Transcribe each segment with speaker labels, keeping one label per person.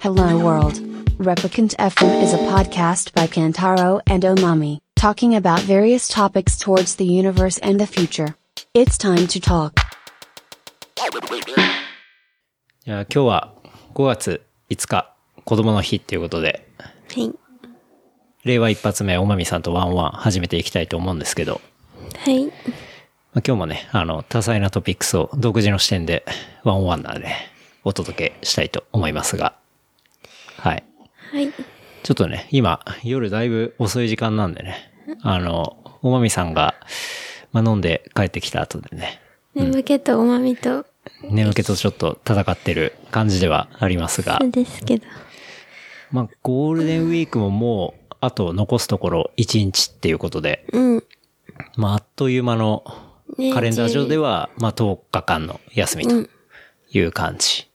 Speaker 1: Hello World. Replicant FM is a podcast by Kantaro and Omami, talking about various topics towards the universe and the future. It's time to talk.
Speaker 2: いや今日は5月5日、子供の日っていうことで、
Speaker 3: はい。
Speaker 2: 令和一発目、おまみさんとワンワン始めていきたいと思うんですけど、
Speaker 3: はい。
Speaker 2: まあ、今日もね、あの、多彩なトピックスを独自の視点で、ワンワンなで、お届けしたいと思いますが、はい。
Speaker 3: はい。
Speaker 2: ちょっとね、今、夜だいぶ遅い時間なんでね、あの、おまみさんが、まあ、飲んで帰ってきた後でね、
Speaker 3: 眠気とおまみと、
Speaker 2: 眠気とちょっと戦ってる感じではありますが、
Speaker 3: ですけど。
Speaker 2: まあ、ゴールデンウィークももう、あと残すところ1日っていうことで、
Speaker 3: うん。
Speaker 2: まあ、あっという間の、
Speaker 3: ね
Speaker 2: カレンダー上では、まあ、10日間の休みという感じ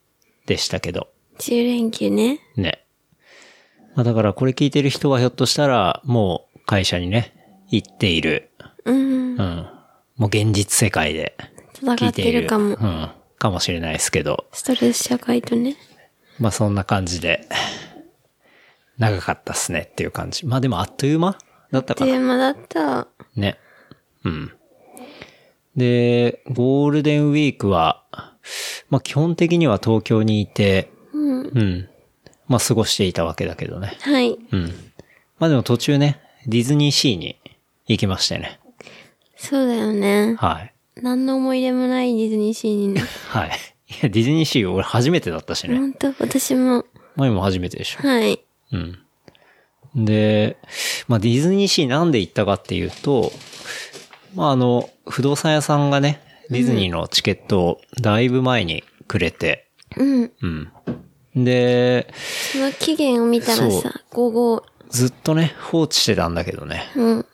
Speaker 2: でしたけど、
Speaker 3: 10連休ね。
Speaker 2: ね。まあ、だからこれ聞いてる人はひょっとしたら、もう会社にね、行っている、
Speaker 3: う
Speaker 2: う
Speaker 3: ん。
Speaker 2: ん。もう現実世界で聞
Speaker 3: 戦
Speaker 2: い
Speaker 3: って
Speaker 2: い
Speaker 3: て
Speaker 2: る。
Speaker 3: るかも
Speaker 2: う。ん。かもしれないですけど、
Speaker 3: ストレス社会とね。
Speaker 2: まあそんな感じで、長かったっすねっていう感じ。まあでもあっという間だったか
Speaker 3: テ
Speaker 2: な。
Speaker 3: ーマだった。
Speaker 2: ね。うん。で、ゴールデンウィークは、まあ基本的には東京にいて、
Speaker 3: うん。
Speaker 2: うん。まあ過ごしていたわけだけどね。
Speaker 3: はい。
Speaker 2: うん。まあでも途中ね、ディズニーシーに行きましてね。
Speaker 3: そうだよね。
Speaker 2: はい。
Speaker 3: 何の思い出もないディズニーシーにね。
Speaker 2: はい。いや、ディズニーシー俺初めてだったしね。
Speaker 3: ほんと、私も。
Speaker 2: 前も初めてでしょ。
Speaker 3: はい。
Speaker 2: うん。で、まあディズニーシーなんで行ったかっていうと、まああの、不動産屋さんがね、ディズニーのチケットをだいぶ前にくれて、
Speaker 3: うん。
Speaker 2: うん。で、
Speaker 3: その期限を見たら
Speaker 2: そ
Speaker 3: さ、午後。
Speaker 2: ずっとね、放置してたんだけどね、
Speaker 3: うん。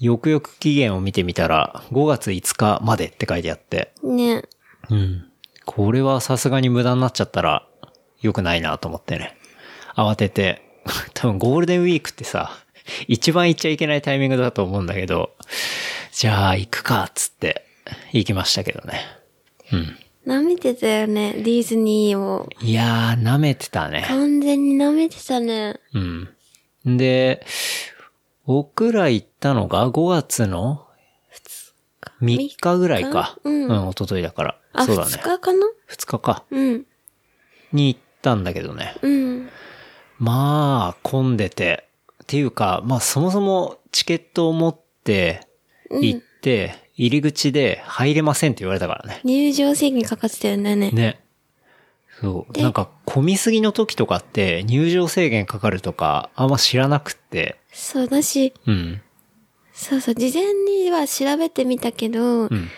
Speaker 2: よくよく期限を見てみたら、5月5日までって書いてあって、
Speaker 3: ね。
Speaker 2: うん。これはさすがに無駄になっちゃったら良くないなと思ってね。慌てて、 多分ゴールデンウィークってさ、一番行っちゃいけないタイミングだと思うんだけど、じゃあ行くかっつって行きましたけどね。うん。
Speaker 3: 舐めてたよね、ディズニーを。
Speaker 2: いやー、舐めてたね。
Speaker 3: 完全に舐めてたね。
Speaker 2: うん。で、僕ら行ったのが5月の3日ぐらいか。
Speaker 3: うん
Speaker 2: うん、一昨日だから。
Speaker 3: あ、
Speaker 2: そうだ
Speaker 3: 二
Speaker 2: ね。
Speaker 3: 日かな
Speaker 2: 2日か。
Speaker 3: うん。
Speaker 2: に行ったんだけどね。
Speaker 3: うん。
Speaker 2: まあ、混んでて。っていうか、まあそもそもチケットを持って行って、入り口で入れませんって言われたからね。
Speaker 3: 入場制限かかってたよね。ね
Speaker 2: ね。そう。なんか、混みすぎの時とかって入場制限かかるとか、あんま知らなくって。
Speaker 3: そうだし、
Speaker 2: うん。
Speaker 3: そうそう、事前には調べてみたけど、
Speaker 2: うん。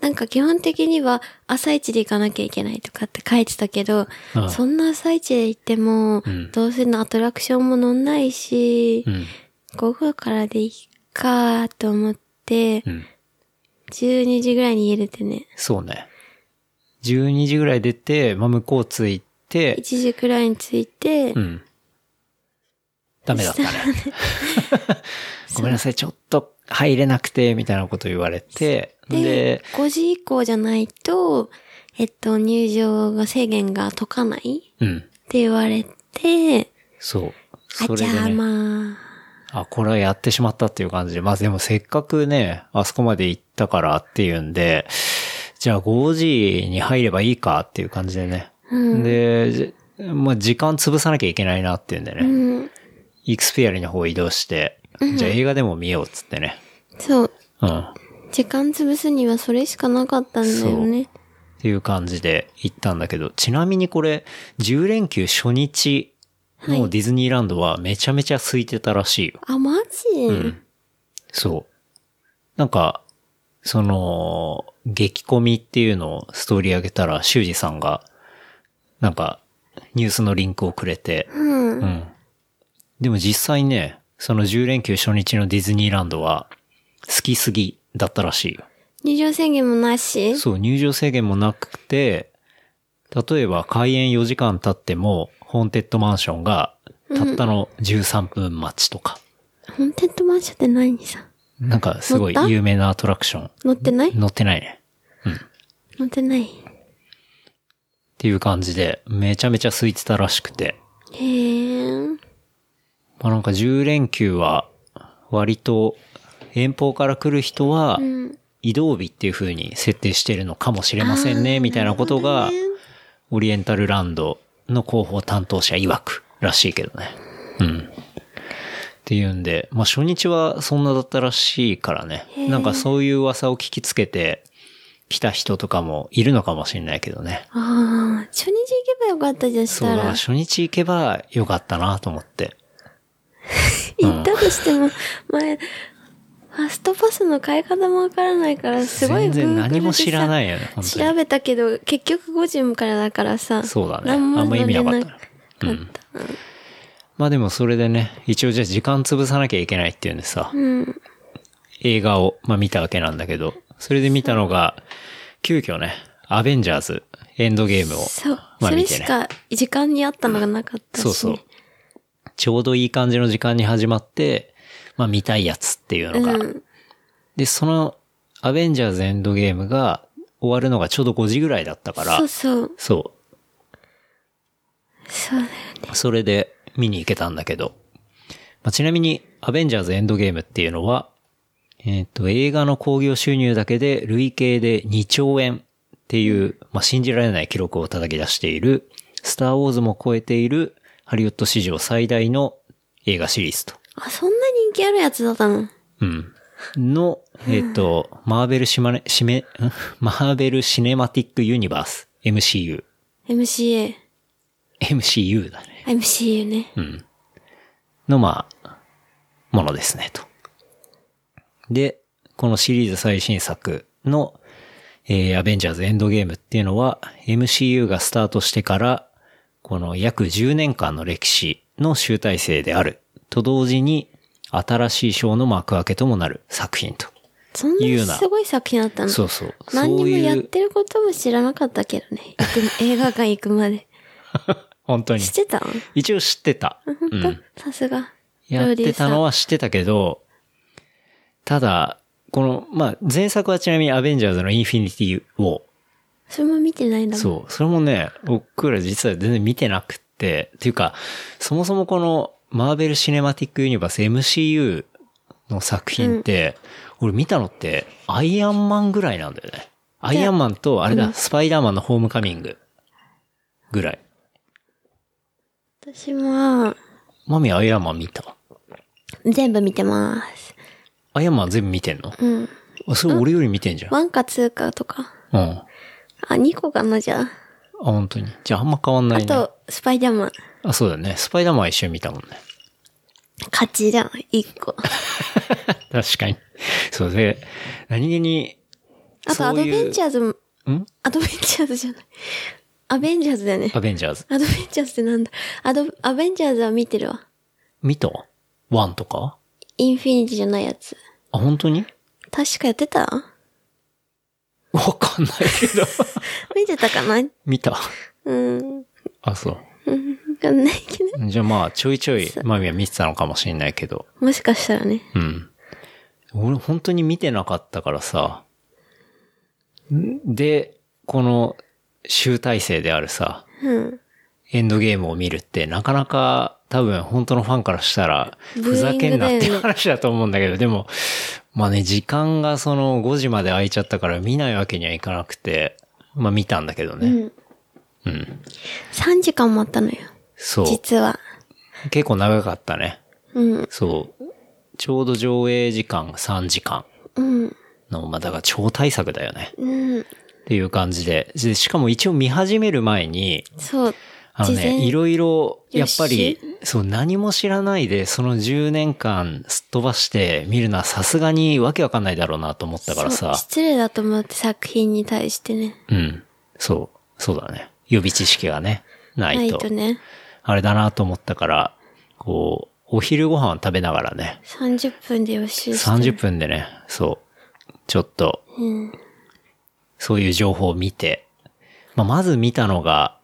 Speaker 3: なんか基本的には朝一で行かなきゃいけないとかって書いてたけど、
Speaker 2: ああ
Speaker 3: そんな朝一で行っても、
Speaker 2: ん
Speaker 3: どうせのアトラクションも乗んないし、
Speaker 2: うん。
Speaker 3: 午後からでいいかと思って、
Speaker 2: うん。
Speaker 3: 12時ぐらいに家出てね、
Speaker 2: そうね。12時ぐらい出て、まあ、向こう着い
Speaker 3: 1
Speaker 2: て、
Speaker 3: 時くらいに着いて、
Speaker 2: うん。ダメだったね。 ごめんなさい、ちょっと入れなくて、みたいなこと言われて、
Speaker 3: で
Speaker 2: で、
Speaker 3: 5時以降じゃないと、えっと、入場が制限が解かない
Speaker 2: うん。
Speaker 3: って言われて、
Speaker 2: そう。そ
Speaker 3: あ、
Speaker 2: れ
Speaker 3: じ
Speaker 2: で
Speaker 3: ゃあ
Speaker 2: ね、
Speaker 3: ま
Speaker 2: あ、これはやってしまったっていう感じで、まあでもせっかくね、あそこまで行ったからっていうんで、じゃあ5時に入ればいいかっていう感じでね。で、じまあ時間潰さなきゃいけないなっていうんでね。
Speaker 3: あ、うん、
Speaker 2: イクスペアリの方移動して、じゃあ映画でも見ようっつってね。
Speaker 3: そう。
Speaker 2: うん。っ
Speaker 3: 時間潰すにはそれしかなかったんだよね。
Speaker 2: ていう感じで行ったんだけど、ちなみにこれ、10連休初日のディズニーランドはめちゃめちゃ空いてたらしいよ。
Speaker 3: あ、マジ、
Speaker 2: そう。なんか、その、激コミっていうのをストーリー上げたら、修二さんが、なんか、ニュースのリンクをくれて、
Speaker 3: うん、
Speaker 2: うん。でも実際ね、その10連休初日のディズニーランドは、好きすぎだったらしいよ。
Speaker 3: 入場制限もなし
Speaker 2: そう、入場制限もなくて、例えば開園4時間経っても、ホーンテッドマンションが、たったの13分待ちとか、
Speaker 3: ホーンテッドマンションって何さ
Speaker 2: なんかすごい有名なアトラクション。
Speaker 3: 乗ってない
Speaker 2: 乗ってないね。
Speaker 3: 乗ってない。
Speaker 2: っていう感じで、めちゃめちゃ空いてたらしくて。
Speaker 3: へえ。
Speaker 2: まあなんか10連休は、割と遠方から来る人は、移動日っていう風に設定してるのかもしれませんね、みたいなことが、オリエンタルランドの広報担当者曰くらしいけどね。うん。っていうんで、まあ初日はそんなだったらしいからね。なんかそういう噂を聞きつけて、来た人とかもいるのかもしれないけどね。
Speaker 3: ああ、初日行けばよかったじゃん、し
Speaker 2: そう
Speaker 3: た
Speaker 2: だから
Speaker 3: ら。
Speaker 2: 初日行けばよかったなと思って。
Speaker 3: 行ったとしても、前、ファストパスの買い方もわからないから、すごい。
Speaker 2: 全然何も知らないいよね、本当
Speaker 3: 調
Speaker 2: に。
Speaker 3: べたけど、結局5時からだからさ。
Speaker 2: そうだね。あ
Speaker 3: 何も
Speaker 2: んま意味なかっ
Speaker 3: 乗れ
Speaker 2: たな。
Speaker 3: なかった。
Speaker 2: まあでもそれでね、一応じゃあ時間潰さなきゃいけないっていうんでさ、映画を、まあ、見たわけなんだけど、それで見たのが、急遽ね、アベンジャーズ、エンドゲームを、
Speaker 3: そう。
Speaker 2: まあ
Speaker 3: そ
Speaker 2: 見
Speaker 3: れ
Speaker 2: て
Speaker 3: し
Speaker 2: ね。
Speaker 3: か時間にあったのがなかったし。
Speaker 2: そうそう。ちょうどいい感じの時間に始まって、まあ見たいやつっていうのが。
Speaker 3: うん
Speaker 2: で、その、アベンジャーズエンドゲームが終わるのがちょうど5時ぐらいだったから、
Speaker 3: そうそう。
Speaker 2: そう
Speaker 3: そうだよ。
Speaker 2: それで見に行けたんだけど。まあ、ちなみに、アベンジャーズエンドゲームっていうのは、えっ、と、映画の興行収入だけで累計で2兆円っていう、まあ、信じられない記録を叩き出している、スターウォーズも超えている、ハリウッド史上最大の映画シリーズと。
Speaker 3: あ、そんな人気あるやつだったの
Speaker 2: うん。の、えっ、と、マーベルシマネ、シメ、んマーベルシネマティックユニバース、MCU。
Speaker 3: ?MCA。
Speaker 2: MCU だね。
Speaker 3: MCU ね。
Speaker 2: の、まあ、ものですね、と。で、このシリーズ最新作の、えーアベンジャーズエンドゲームっていうのは、MCU がスタートしてから、この約10年間の歴史の集大成である、と同時に、新しい章の幕開けともなる作品と。
Speaker 3: そんな
Speaker 2: いう
Speaker 3: に
Speaker 2: ような
Speaker 3: すごい作品だったの
Speaker 2: そうそう。
Speaker 3: 何にもやっ
Speaker 2: そういう、
Speaker 3: てることも知らなかったけど ね。行く映画館行くまで。
Speaker 2: 本当に
Speaker 3: 知っ。てたの
Speaker 2: 一応知ってた。
Speaker 3: 本当、さすが。
Speaker 2: やってたの
Speaker 3: は
Speaker 2: は知ってたけど、ただ、この、まあ、前作はちなみにアベンジャーズのインフィニティを
Speaker 3: それも見てないんだもん。
Speaker 2: そう、それもね、僕ら実は全然見てなくて、っていうか、そもそもこのマーベル・シネマティック・ユニバース MCU の作品って、俺見たのってアイアンマンぐらいなんだよね。アイアンマンと、あれだ、スパイダーマンのホームカミングぐらい。
Speaker 3: 私も、
Speaker 2: マミアイアンマン見た
Speaker 3: 全部見てます。
Speaker 2: アイアンマン全部見てんの
Speaker 3: うん。
Speaker 2: あ、それ俺より見てんじゃん。
Speaker 3: 1か2かとか。
Speaker 2: うん。あ、
Speaker 3: あ、2個かな、じゃあ。
Speaker 2: 本当に。じゃああんま変わんな
Speaker 3: あ
Speaker 2: いね。
Speaker 3: と、スパイダーマン。
Speaker 2: あ、そうだね。スパイダーマンは一緒に見たもんね。
Speaker 3: 勝ちじゃん、1個。
Speaker 2: 確かに。 そうで、何気に、
Speaker 3: あと、アドベンチャーズも、
Speaker 2: ャー。ん
Speaker 3: アドベンチャーズじゃない。 アベンジャーズだよね
Speaker 2: ア。ベンジャーズ。
Speaker 3: アドベンチャーズってなんだアド、アベンジャーズは見てるわ。
Speaker 2: 見たワンとか
Speaker 3: インフィニティじゃないやつ。
Speaker 2: あ、本当に
Speaker 3: 確かやってた
Speaker 2: わかんないけど。
Speaker 3: 見てたかな
Speaker 2: 見た。
Speaker 3: うん。
Speaker 2: あ、そう。
Speaker 3: わかんないけど。
Speaker 2: じゃあまあ、ちょいちょい、マミは見てたのかもしれないけど。
Speaker 3: もしかしたらね。
Speaker 2: うん。俺、本当に見てなかったからさ。んで、この、集大成であるさ、
Speaker 3: うん。
Speaker 2: エンドゲームを見るって、なかなか多分本当のファンからしたら、
Speaker 3: ブーイン
Speaker 2: ふ
Speaker 3: グ
Speaker 2: ざけんなっ
Speaker 3: だ
Speaker 2: て
Speaker 3: よね
Speaker 2: 話だと思うんだけど、でも、まあね、時間がその5時まで空いちゃったから見ないわけにはいかなくて、まあ見たんだけどね。
Speaker 3: うん。
Speaker 2: うん。
Speaker 3: 3時間もあったのよ。
Speaker 2: そう。
Speaker 3: 実は。
Speaker 2: 結構長かったね。
Speaker 3: うん。
Speaker 2: そう。ちょうど上映時間が3時間
Speaker 3: うん。
Speaker 2: の、まあだから超大作だよね。
Speaker 3: うん。
Speaker 2: っていう感じで。でしかも一応見始める前に、
Speaker 3: そう。
Speaker 2: あの
Speaker 3: 事
Speaker 2: ね、
Speaker 3: 前
Speaker 2: いろいろ、やっぱ
Speaker 3: 予
Speaker 2: り、そう、何も知らないで、その10年間すっ飛ばして見るのはさすがにわけわかんないだろうなと思ったから
Speaker 3: そう
Speaker 2: さ。
Speaker 3: 失礼だと思って作品に対してね。
Speaker 2: うん。そう。そうだね。予備知識がね、な
Speaker 3: ないい
Speaker 2: と。
Speaker 3: とね。
Speaker 2: あれだなと思ったから、こう、お昼ご飯を食べながらね、
Speaker 3: 30分で予習して。
Speaker 2: 30分でね、そう、ちょっと、
Speaker 3: うん。
Speaker 2: そういう情報を見て、まあ、まず見たのが、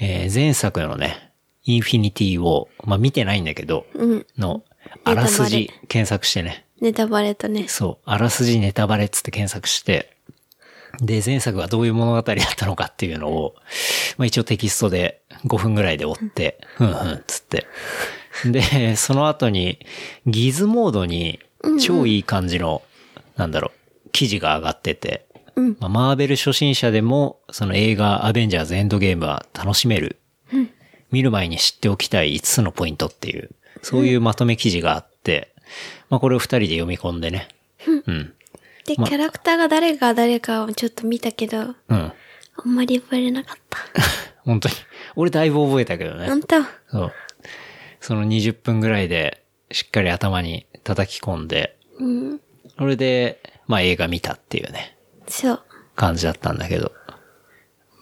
Speaker 2: えー前作のね、インフィニティを、まあ、見てないんだけど、
Speaker 3: うん。
Speaker 2: の、あ
Speaker 3: ネタバレ
Speaker 2: らすじ検索してね、
Speaker 3: ネタバレとね。
Speaker 2: そう、あらすじネタバレっつって検索して、で、前作がどういう物語だったのかっていうのを、まあ一応テキストで5分ぐらいで追って、ふんふんっつって。で、その後に、ギズモードに超いい感じの、なんだろう、記事が上がってて、
Speaker 3: うん
Speaker 2: まあマーベル初心者でも、その映画アベンジャーズエンドゲームは楽しめる。見る前に知っておきたい5つのポイントっていう、そういうまとめ記事があって、まあこれを2人で読み込んでね。うん。
Speaker 3: で、キャラクターが誰が誰かをちょっと見たけど、あ
Speaker 2: うん。
Speaker 3: んまり覚えれなかった。
Speaker 2: 本当に。俺だいぶ覚えたけどね
Speaker 3: あ。んた、
Speaker 2: そう。その20分ぐらいで、しっかり頭に叩き込んで、
Speaker 3: うん、
Speaker 2: それで、まあ映画見たっていうね、
Speaker 3: そう。
Speaker 2: 感じだったんだけど。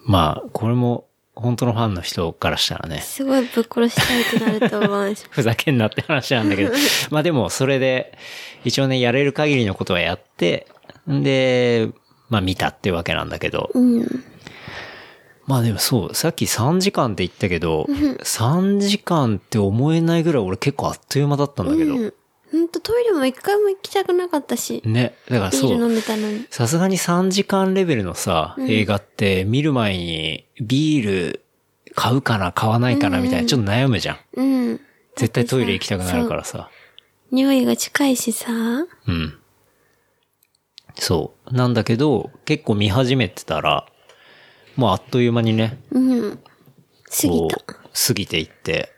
Speaker 2: まあ、これも、本当のファンの人からしたらね、
Speaker 3: すごいぶっ殺したいってなると思う んです。
Speaker 2: ふざけんなって話なんだ けど。まあでも、それで、一応ね、やれる限りのことはやって、んで、まあ見たってわけなんだけど。
Speaker 3: うん。
Speaker 2: まあでもそう、さっき3時間って言ったけど、3時間って思えないぐらい俺結構あっという間だったんだけど。
Speaker 3: うん。ほんとトイレも一回も行きたくなかったし、
Speaker 2: ね。だから
Speaker 3: ビー
Speaker 2: そ
Speaker 3: ル飲
Speaker 2: う。
Speaker 3: んでたのに。
Speaker 2: さすがに3時間レベルのさ、
Speaker 3: うん
Speaker 2: 映画って見る前にビール買うかな買わないかなみたいな、ちょっと悩むじゃん。
Speaker 3: うん。
Speaker 2: 絶対トイレ行きたくなるからさ。
Speaker 3: 匂いが近いしさ、
Speaker 2: うん。そう。なんだけど、結構見始めてたら、もうあっという間にね、
Speaker 3: うん。過ぎ
Speaker 2: こ
Speaker 3: た。
Speaker 2: う過ぎていって。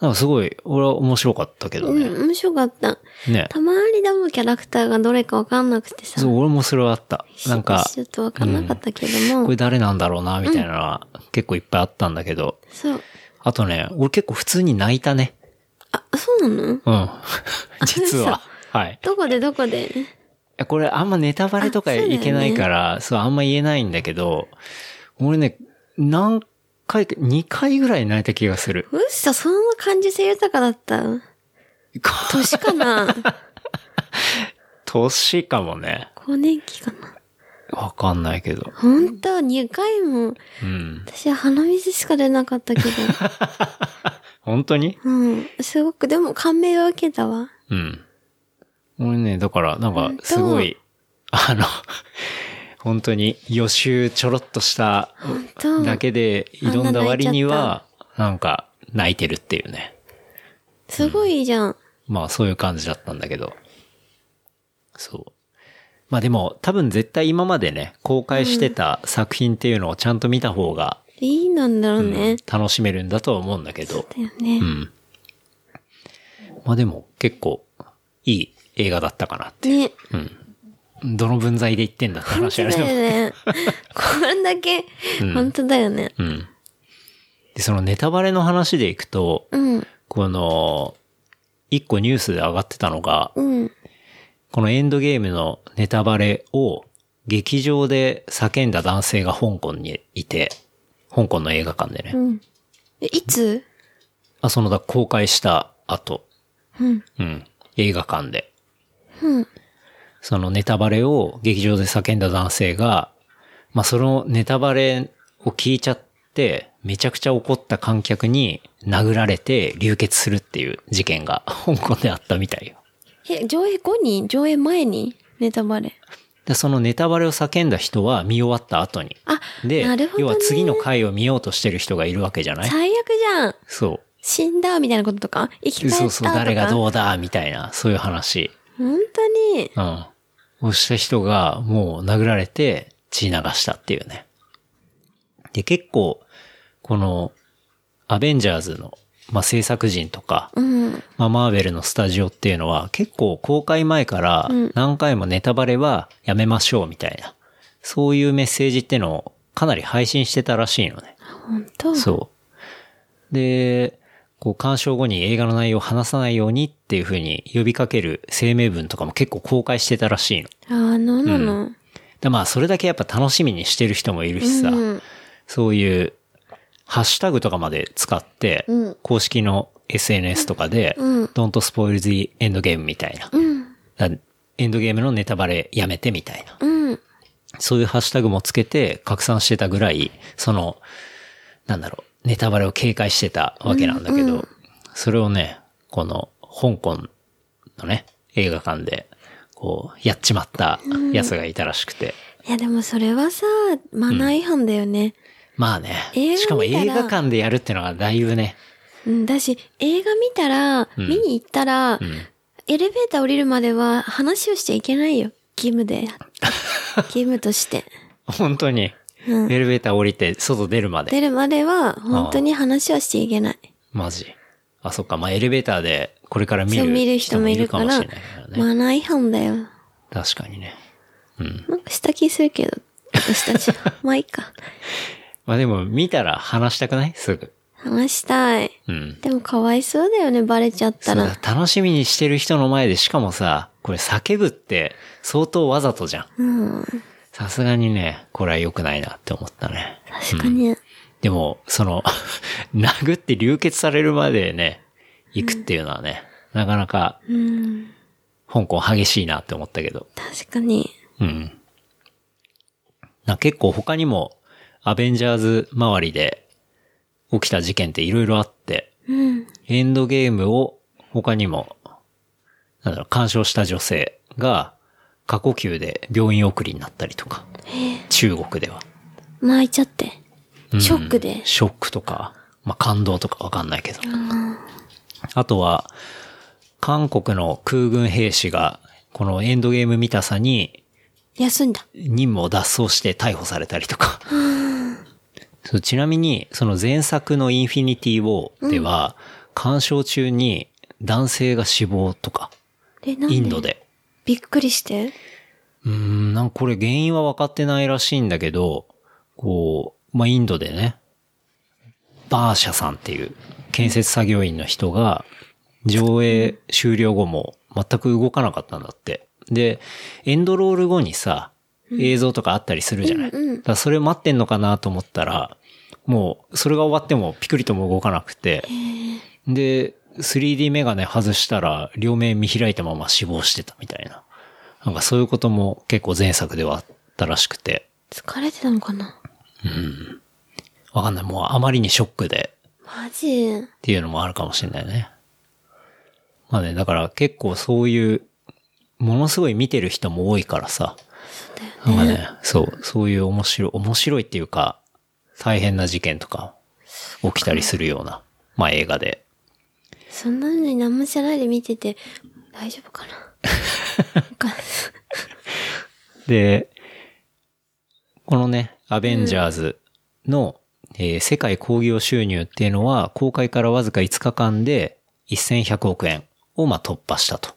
Speaker 2: なんかすごい、俺は面白かったけど
Speaker 3: う
Speaker 2: ね。
Speaker 3: ん、面白かった。
Speaker 2: ね。
Speaker 3: たまにでもキャラクターがどれかわかんなくてさ、
Speaker 2: そう、俺もそれはあった。なんか、
Speaker 3: ちょっとわかんなかったけども、
Speaker 2: これ誰なんだろうな、みたいなのは結構いっぱいあったんだけど。
Speaker 3: そう。
Speaker 2: あとね、俺結構普通に泣いたね。
Speaker 3: あ、そうなの
Speaker 2: うん。 実は。はい。
Speaker 3: どこでどこで
Speaker 2: これあんまネタバレとか
Speaker 3: あそうだよね
Speaker 2: いけないから、そう、あんま言えないんだけど、俺ね、何回か、2回ぐらい泣いた気がする。
Speaker 3: うっそ、そんな感じ性豊かだった。年かな
Speaker 2: 年かもね。
Speaker 3: 更年期かな
Speaker 2: わかんないけど。
Speaker 3: ほんと、2回も、
Speaker 2: うん。
Speaker 3: 私は鼻水しか出なかっ たけど。
Speaker 2: 本当に
Speaker 3: うん。すごく、でも感銘を受けたわ。
Speaker 2: うん。俺ね、だから、なんか、すごい、あの、 本当に予習ちょろっとした
Speaker 3: 本当
Speaker 2: だけで挑んだ割に
Speaker 3: あんな
Speaker 2: は、なんか、泣いてるっていうね。
Speaker 3: すごいじゃん。
Speaker 2: まあそういう感じだったんだけど。そう。まあでも多分絶対今までね、公開してた作品っていうのをちゃんと見た方が、
Speaker 3: いいなんだろう
Speaker 2: うん
Speaker 3: ね。
Speaker 2: 楽しめるんだとは思うんだけど。
Speaker 3: だよね
Speaker 2: う。ん。まあでも結構いい映画だったかな。
Speaker 3: ね。
Speaker 2: どの分際で言ってんだって
Speaker 3: 本
Speaker 2: 話
Speaker 3: 当
Speaker 2: あるけど
Speaker 3: だよね。これだけ、本当だよね。
Speaker 2: うん。で、そのネタバレの話でいくと、
Speaker 3: うん。
Speaker 2: この、一個ニュースで上がってたのが、
Speaker 3: うん。
Speaker 2: このエンドゲームのネタバレを劇場で叫んだ男性が香港にいて、香港の映画館でね。
Speaker 3: うん。えいつ
Speaker 2: あ、そのだ、公開した後。
Speaker 3: うん。
Speaker 2: うん。映画館で。
Speaker 3: うん。
Speaker 2: そのネタバレを劇場で叫んだ男性が、まあ、そのネタバレを聞いちゃって、めちゃくちゃ怒った観客に殴られて流血するっていう事件が香港であったみたいよ。
Speaker 3: え、上映後に上映前にネタバレ。
Speaker 2: で、そのネタバレを叫んだ人は見終わった後に。
Speaker 3: あ、
Speaker 2: で、
Speaker 3: なるほど、ね。
Speaker 2: 要は次の回を見ようとしてる人がいるわけじゃない
Speaker 3: 最悪じゃん。
Speaker 2: そ
Speaker 3: 死んだみたいなこととか生き
Speaker 2: う。
Speaker 3: 返ったと
Speaker 2: そ
Speaker 3: か
Speaker 2: うそう、誰がどうだ、みたいな、そういう話。
Speaker 3: 本当に、
Speaker 2: うん。をした人が、もう殴られて、血流したっていうね。で、結構、この、アベンジャーズの、まあ、制作人とか、
Speaker 3: うん。
Speaker 2: まあ、マーベルのスタジオっていうのは、結構公開前から
Speaker 3: うん、
Speaker 2: 何回もネタバレはやめましょう、みたいな。そういうメッセージってのを、かなり配信してたらしいのね。
Speaker 3: 本当
Speaker 2: そう。で、こう、鑑賞後に映画の内容を話さないようにっていうふうに呼びかける声明文とかも結構公開してたらしいの。
Speaker 3: あー、なんなの、
Speaker 2: でまあ、それだけやっぱ楽しみにしてる人もいる
Speaker 3: う
Speaker 2: しさ、
Speaker 3: ん、
Speaker 2: そういう、ハッシュタグとかまで使って、
Speaker 3: うん
Speaker 2: 公式の SNS とかで、
Speaker 3: うん
Speaker 2: Don't spoil the end game みたいな。
Speaker 3: うん。
Speaker 2: だエンドゲームのネタバレやめてみたいな。
Speaker 3: うん。
Speaker 2: そういうハッシュタグもつけて拡散してたぐらい、その、なんだろう、ネタバレを警戒してたわけなんだけど、それをね、この、香港のね、映画館で、こう、やっちまったやつがいたらしくて、
Speaker 3: えいやでもそれはさ、マナー違反だよね。
Speaker 2: まあね。
Speaker 3: 映画見たら
Speaker 2: しかも映画館でやるってのがだいぶね。
Speaker 3: うん、だし、映画見たら、
Speaker 2: ん
Speaker 3: 見に行ったら、
Speaker 2: ん
Speaker 3: エレベーター降りるまでは話をしちゃいけないよ。義務 で。義務として。
Speaker 2: 本当に。
Speaker 3: うん
Speaker 2: エレベーター降りて外出るまで。
Speaker 3: 出るまでは、本当に話はしちゃいけない。
Speaker 2: マジ。あ、そっか。まあエレベーターでこれから見
Speaker 3: そう見る
Speaker 2: る
Speaker 3: 人
Speaker 2: 人
Speaker 3: も
Speaker 2: も
Speaker 3: い
Speaker 2: い
Speaker 3: る
Speaker 2: る
Speaker 3: か、
Speaker 2: からもしれないからね。
Speaker 3: マナー違反だよ。
Speaker 2: 確かにね。うん。
Speaker 3: なんかした気するけど、私たち。まあいいか。
Speaker 2: まあでも見たら話したくないすぐ。
Speaker 3: 話したい。
Speaker 2: うん。
Speaker 3: でもかわいそうだよね、バレちゃっ
Speaker 2: そ
Speaker 3: た
Speaker 2: う
Speaker 3: ら
Speaker 2: だ。楽しみにしてる人の前で、しかもさ、これ叫ぶって相当わざとじゃん。
Speaker 3: うん。
Speaker 2: さすがにね、これは良くないなって思ったね。
Speaker 3: 確かに。
Speaker 2: でも、その、 殴って流血されるまでね、行くっていうのはね、なかなか、
Speaker 3: うん。
Speaker 2: 香港激しいなって思ったけど。
Speaker 3: 確かに。
Speaker 2: うん。な結構他にも、アベンジャーズ周りで起きた事件っていろいろあって、
Speaker 3: うん。
Speaker 2: エンドゲームを他にも、なんだろう、干渉した女性が過呼吸で病院送りになったりとか、中国では。
Speaker 3: 泣いちゃって。ショックで。
Speaker 2: ショックとか、まあ、感動とかわかんないけど。あとは、韓国の空軍兵士が、このエンドゲーム見たさに、
Speaker 3: 休んだ。
Speaker 2: 任務を脱走して逮捕されたりとか。そうちなみに、その前作のインフィニティ・ウォーでは、鑑賞中に男性が死亡とか、
Speaker 3: え、なんで
Speaker 2: インド。で。
Speaker 3: びっくりして。
Speaker 2: うーん、なんかこれ原因は分かってないらしいんだけど、こう、まあ、インドでね、バーシャさんっていう建設作業員の人が、上映終了後も全く動かなかったんだって。で、エンドロール後にさ、映像とかあったりするじゃない。
Speaker 3: うんうん
Speaker 2: だからそれ待ってんのかなと思ったら、もう、それが終わってもピクリとも動かなくて、で、3D メガネ外したら、両面見開いたまま死亡してたみたいな。なんかそういうことも結構前作ではあったらしくて、
Speaker 3: 疲れてたのかな
Speaker 2: わかんない。もうあまりにショックで
Speaker 3: マジ
Speaker 2: っていうのもあるかもしれないね。まあね、だから結構そういう、ものすごい見てる人も多いからさ。なんかね、そう、そういう面白い、面白いっていうか、大変な事件とか起きたりするような、まあ映画で。
Speaker 3: そんなのに何も知らないで見てて、大丈 夫かななんか
Speaker 2: で、このね、アベンジャーズの、えー世界興行収入っていうのは、公開からわずか5日間で1100億円をまあ突破したと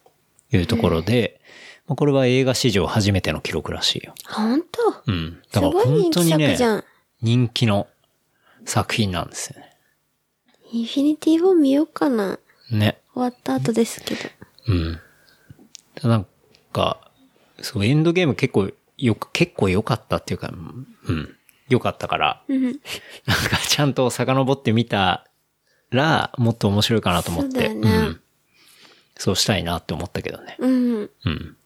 Speaker 2: いうところで、まあ、これは映画史上初めての記録らしいよ。
Speaker 3: あ本当
Speaker 2: うん。
Speaker 3: す
Speaker 2: だから
Speaker 3: ごい
Speaker 2: 本
Speaker 3: 人
Speaker 2: 当
Speaker 3: 気
Speaker 2: に
Speaker 3: 作
Speaker 2: ね
Speaker 3: じ、ゃん。
Speaker 2: 人気の作品なんですよね。
Speaker 3: インフィニティを見ようかな。
Speaker 2: ね。
Speaker 3: 終わった後ですけど。
Speaker 2: うん。なんか、そう、エンドゲーム結構よく、結構良かったっていうか、うん。良かったから、
Speaker 3: うん。
Speaker 2: なんかちゃんと遡ってみたら、もっと面白いかなと思って。
Speaker 3: そうだよね
Speaker 2: ん。そうしたいなって思ったけどね。
Speaker 3: うん。
Speaker 2: うん。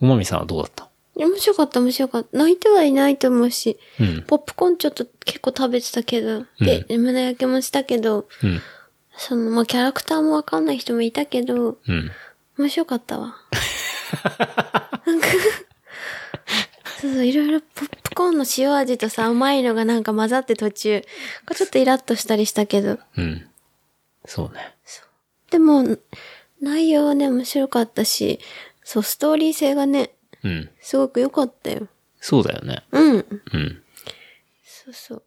Speaker 2: おまみさんはどうだった
Speaker 3: 面白かった、面白かった。泣いてはいないと思うし、
Speaker 2: うん。
Speaker 3: ポップコーンちょっと結構食べてたけど、で、胸焼けもしたけど、
Speaker 2: うん。
Speaker 3: その、まあ、キャラクターもわかんない人もいたけど、
Speaker 2: うん。
Speaker 3: 面白かったわ。なんか、 そうそう、いろいろポップコーンの塩味とさ、甘いのがなんか混ざって途中、これちょっとイラッとしたりしたけど。
Speaker 2: うん。そうね。
Speaker 3: でも、内容はね、面白かったし、そう、ストーリー性がね、
Speaker 2: うん。
Speaker 3: すごく良かったよ。
Speaker 2: そうだよね。
Speaker 3: うん。
Speaker 2: うん。
Speaker 3: そうそう。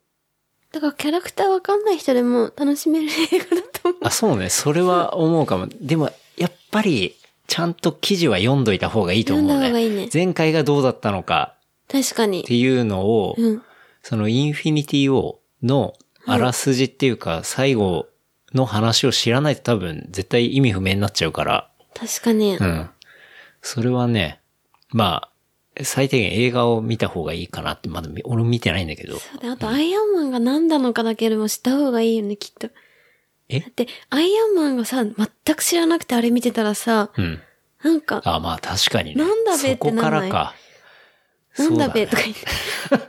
Speaker 3: だからキャラクターわかんない人でも楽しめる映画だと思う。
Speaker 2: あ、そうね。それは思うかも。でも、やっぱり、ちゃんと記事は読んどいた方がいいと思うね。
Speaker 3: 読んだ方がいいね
Speaker 2: 前回がどうだったのか
Speaker 3: 確か
Speaker 2: って
Speaker 3: に。
Speaker 2: いうのを、
Speaker 3: うん。
Speaker 2: そのインフィニティ王のあらすじっていうか、最後の話を知らないと多分絶対意味不明になっちゃうから、
Speaker 3: 確かに。
Speaker 2: うん。それはね、まあ、最低限映画を見た方がいいかなって、まだみ俺も見てないんだけど、
Speaker 3: そうだ、あとアイアンマンが何なのかだけでも知った方がいいよね、きっと。
Speaker 2: え
Speaker 3: だって、アイアンマンがさ、全く知らなくてあれ見てたらさ、
Speaker 2: うん。
Speaker 3: なんか、
Speaker 2: あ、まあ確かにね。
Speaker 3: なんだべって
Speaker 2: そこ
Speaker 3: な
Speaker 2: か
Speaker 3: んない
Speaker 2: らか。
Speaker 3: なんだべ、
Speaker 2: そう
Speaker 3: と
Speaker 2: ね
Speaker 3: か言っ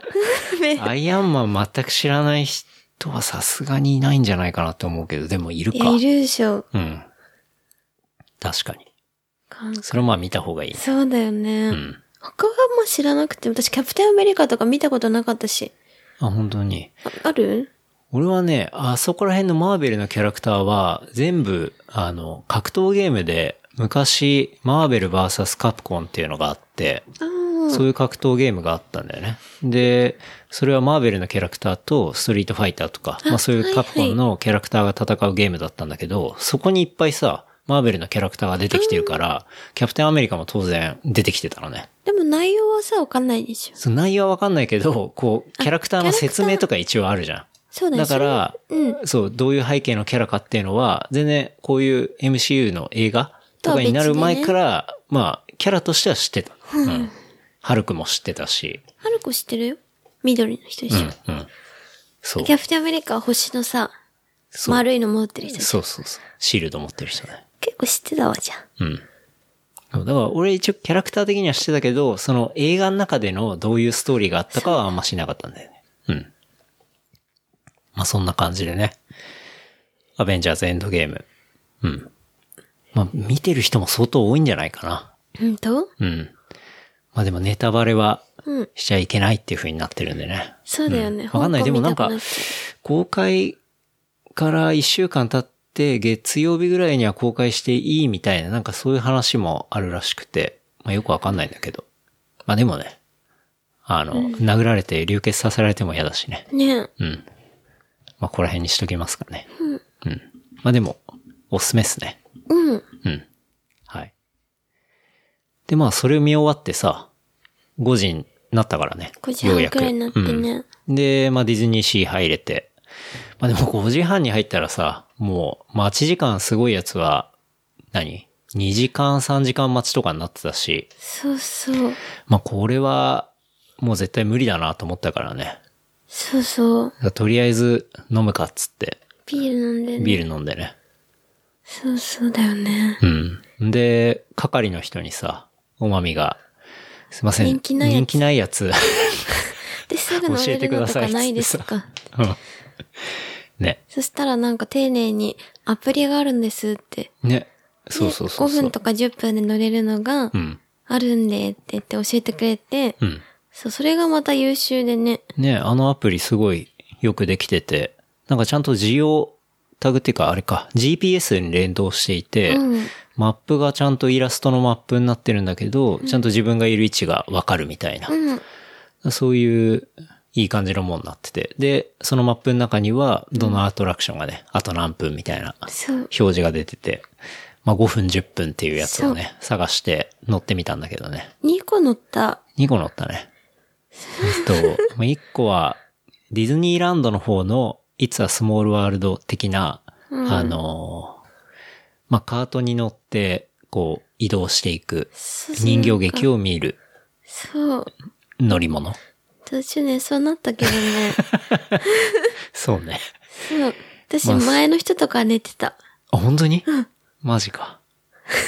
Speaker 3: て。なんだ
Speaker 2: アイアンマン全く知らない人はさすがにいないんじゃないかなと思うけど、でもいる
Speaker 3: べ。
Speaker 2: か。
Speaker 3: いや、いるでしょ。
Speaker 2: うん。確かに。
Speaker 3: 感
Speaker 2: それはまあ見た方がいいね。
Speaker 3: そうだよね。
Speaker 2: うん。
Speaker 3: 他はまあ知らなくて、私キャプテンアメリカとか見たことなかったし。
Speaker 2: あ、本当に。
Speaker 3: あある
Speaker 2: 俺はね、あそこら辺のマーベルのキャラクターは、全部、あの、格闘ゲームで、昔、マーベル VS カプコンっていうのがあって、
Speaker 3: ああ。
Speaker 2: そういう格闘ゲームがあったんだよね。で、それはマーベルのキャラクターとストリートファイターとか、まあそういうカプコンのキャラクターが戦うゲームだったんだけど、そこにいっぱいさ、マーベルのキャラクターが出てきてるから、キャプテンアメリカも当然出てきてたのね。
Speaker 3: でも内容はさ、わかんないでしょ。
Speaker 2: その内容はわかんないけど、こう、キャラクターの説明とか一応あるじゃん。
Speaker 3: そうだね。
Speaker 2: だから、
Speaker 3: うん
Speaker 2: そう、どういう背景のキャラかっていうのは、全然こういう MCU の映画とかになる前から、まあ、キャラとしては知ってた。うん。ハルクも知ってたし。
Speaker 3: ハルコ知ってるよ。緑の人でしょ。
Speaker 2: うん。そう
Speaker 3: キ。ャプテンアメリカは星のさ、
Speaker 2: そう
Speaker 3: 丸いの持ってる人でしょ。
Speaker 2: そうそうそう。シールド持ってる人ね。
Speaker 3: 結構知ってたわ、じゃあ。
Speaker 2: うん。そうだから俺一応キャラクター的には知ってたけど、その映画の中でのどういうストーリーがあったかはあんましなかったんだよね。うん。まあそんな感じでね。アベンジャーズエンドゲーム。うん。まあ見てる人も相当多いんじゃないかな。
Speaker 3: うんと
Speaker 2: うん。まあでもネタバレは
Speaker 3: うん。
Speaker 2: しちゃいけないっていう風になってるんでね。
Speaker 3: そうだよね。
Speaker 2: わかんない。
Speaker 3: 香
Speaker 2: で
Speaker 3: 港
Speaker 2: も
Speaker 3: 見
Speaker 2: なん
Speaker 3: たく
Speaker 2: か
Speaker 3: っちゃう、
Speaker 2: 公開から一週間経って、月曜日ぐらいには公開していいみたいな、なんかそういう話もあるらしくて、まあよくわかんないんだけど。まあでもね、あの、殴られて流血させられても嫌だしね。
Speaker 3: ねえ。
Speaker 2: うん。まあ、ここら辺にしときますかね。うん。まあ、でも、おすすめっすね。
Speaker 3: うん。
Speaker 2: うん。はい。で、まあ、それを見終わってさ、5時になったからね。
Speaker 3: 5時半
Speaker 2: ようや
Speaker 3: くらいになってね
Speaker 2: うんで、まあ、ディズニーシー入れて。まあ、でも5時半に入ったらさ、もう、待ち時間すごいやつは、何 ?2 時間、3時間待ちとかになってたし、
Speaker 3: そうそう。
Speaker 2: まあ、これは、もう絶対無理だなと思ったからね。
Speaker 3: そうそう
Speaker 2: だ。からとりあえず飲むかっつって、
Speaker 3: ビール飲んでね。
Speaker 2: ビール飲んでね。
Speaker 3: そうそうだよね。
Speaker 2: うん。で、係の人にさ、おまみが、すいません。
Speaker 3: 人気ないやつ
Speaker 2: や つ。
Speaker 3: で、すぐ飲めるのとかないです
Speaker 2: 教え
Speaker 3: か。
Speaker 2: うんね。
Speaker 3: そしたらなんか丁寧に、アプリがあるんですって。
Speaker 2: ね。そうそうそうそう。
Speaker 3: 5分とか10分で乗れるのが
Speaker 2: う、ん。
Speaker 3: あるんでって言って教えてくれて、
Speaker 2: うん。
Speaker 3: そう、それがまた優秀でね。
Speaker 2: ね、あのアプリすごいよくできてて、なんかちゃんとジオタグっていうか、あれか、GPS に連動していて、
Speaker 3: うん
Speaker 2: マップがちゃんとイラストのマップになってるんだけど、ちゃんと自分がいる位置がわかるみたいな。
Speaker 3: うん。
Speaker 2: そういう、いい感じのもんになってて。で、そのマップの中には、どのアトラクションがね、あと何分みたいな
Speaker 3: そう
Speaker 2: 表。示が出てて、まあ5分10分っていうやつをね、探して乗ってみたんだけどね。
Speaker 3: 2個乗った。
Speaker 2: 2個乗ったね。えっと、 まあ1個は、ディズニーランドの方の、いつはスモールワールド的な、あのー、まあカートに乗って、こう、移動していく、
Speaker 3: そうそう
Speaker 2: 人形劇を見る
Speaker 3: そう。
Speaker 2: 乗り物。
Speaker 3: 途中ね、そうなったけ どね。
Speaker 2: そうね。
Speaker 3: そう。私、
Speaker 2: まあ
Speaker 3: 前の人とか寝てた。
Speaker 2: あ、本当にマジか。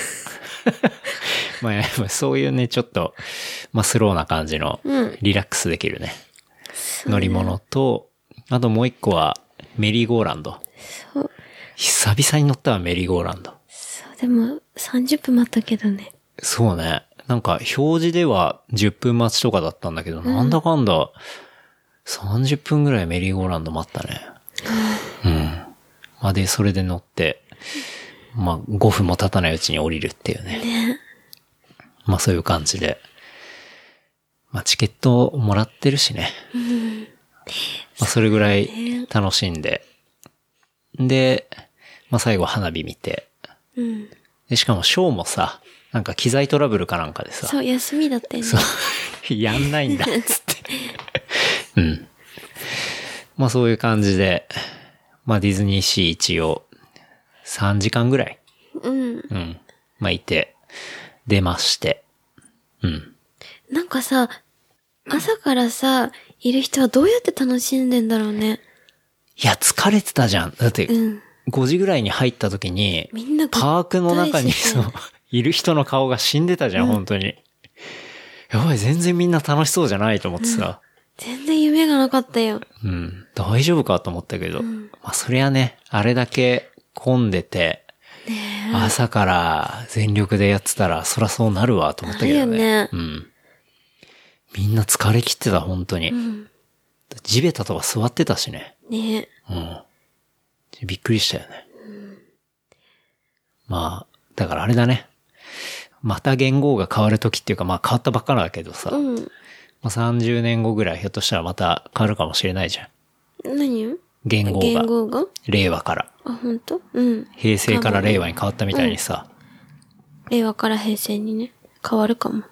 Speaker 2: まあ、やっぱそういうね、ちょっと、まあ、スローな感じの
Speaker 3: うん、
Speaker 2: リラックスできるね、乗り物と、あともう一個は、メリーゴーランド。
Speaker 3: そう。
Speaker 2: 久々に乗ったわ、メリーゴーランド。
Speaker 3: そう、でも、30分待ったけどね。
Speaker 2: そうね。なんか、表示では10分待ちとかだったんだけど、なんだかんだ、30分ぐらいメリーゴーランド待ったね。うん。まあ、で、それで乗って、まあ、5分も経たないうちに降りるっていうね。
Speaker 3: ね。
Speaker 2: まあ、そういう感じで。まあ、チケットをもらってるしね。まあ、それぐらい楽しんで。で、まあ、最後花火見て。
Speaker 3: うん。
Speaker 2: で、しかもショーもさ、なんか機材トラブルかなんかでさ、
Speaker 3: そう、休みだったよね。
Speaker 2: やんないん だ、つって。 うん。まあそういう感じで、まあディズニーシー一応3時間ぐらい、
Speaker 3: うん。
Speaker 2: うん。まあいて、出まして。うん。
Speaker 3: なんかさ、朝からさ、いる人はどうやって楽しんでんだろうね。
Speaker 2: いや、疲れてたじゃん。だって
Speaker 3: う、ん。
Speaker 2: 5時ぐらいに入った時に、
Speaker 3: みんなぐったりしてた
Speaker 2: パークの中に、
Speaker 3: そ
Speaker 2: そうう、いる人の顔が死んでたじゃん、本当に。やばい、全然みんな楽しそうじゃないと思ってさ。
Speaker 3: 全然夢がなかったよ。
Speaker 2: うん。大丈夫かと思ったけど。まあ、そりゃね、あれだけ混んでて、朝から全力でやってたら、そらそうなるわと思ったけどね。
Speaker 3: なるよね
Speaker 2: うん。みんな疲れ切ってた、本当に。
Speaker 3: うん。
Speaker 2: 地べたとか座ってたしね。
Speaker 3: ね
Speaker 2: うん。びっくりしたよね。まあ、だからあれだね。また言語が変わる時っていうか、まあ変わったばっかだけどさ、ま
Speaker 3: うん。
Speaker 2: あ30年後ぐらいひょっとしたらまた変わるかもしれないじゃん。
Speaker 3: 何
Speaker 2: 言語
Speaker 3: 言
Speaker 2: が。
Speaker 3: 語が
Speaker 2: 令和から。
Speaker 3: あ、本当？うん。
Speaker 2: 平成から令和に変わったみたいにさ、
Speaker 3: 令和から平成にね、変わるかも。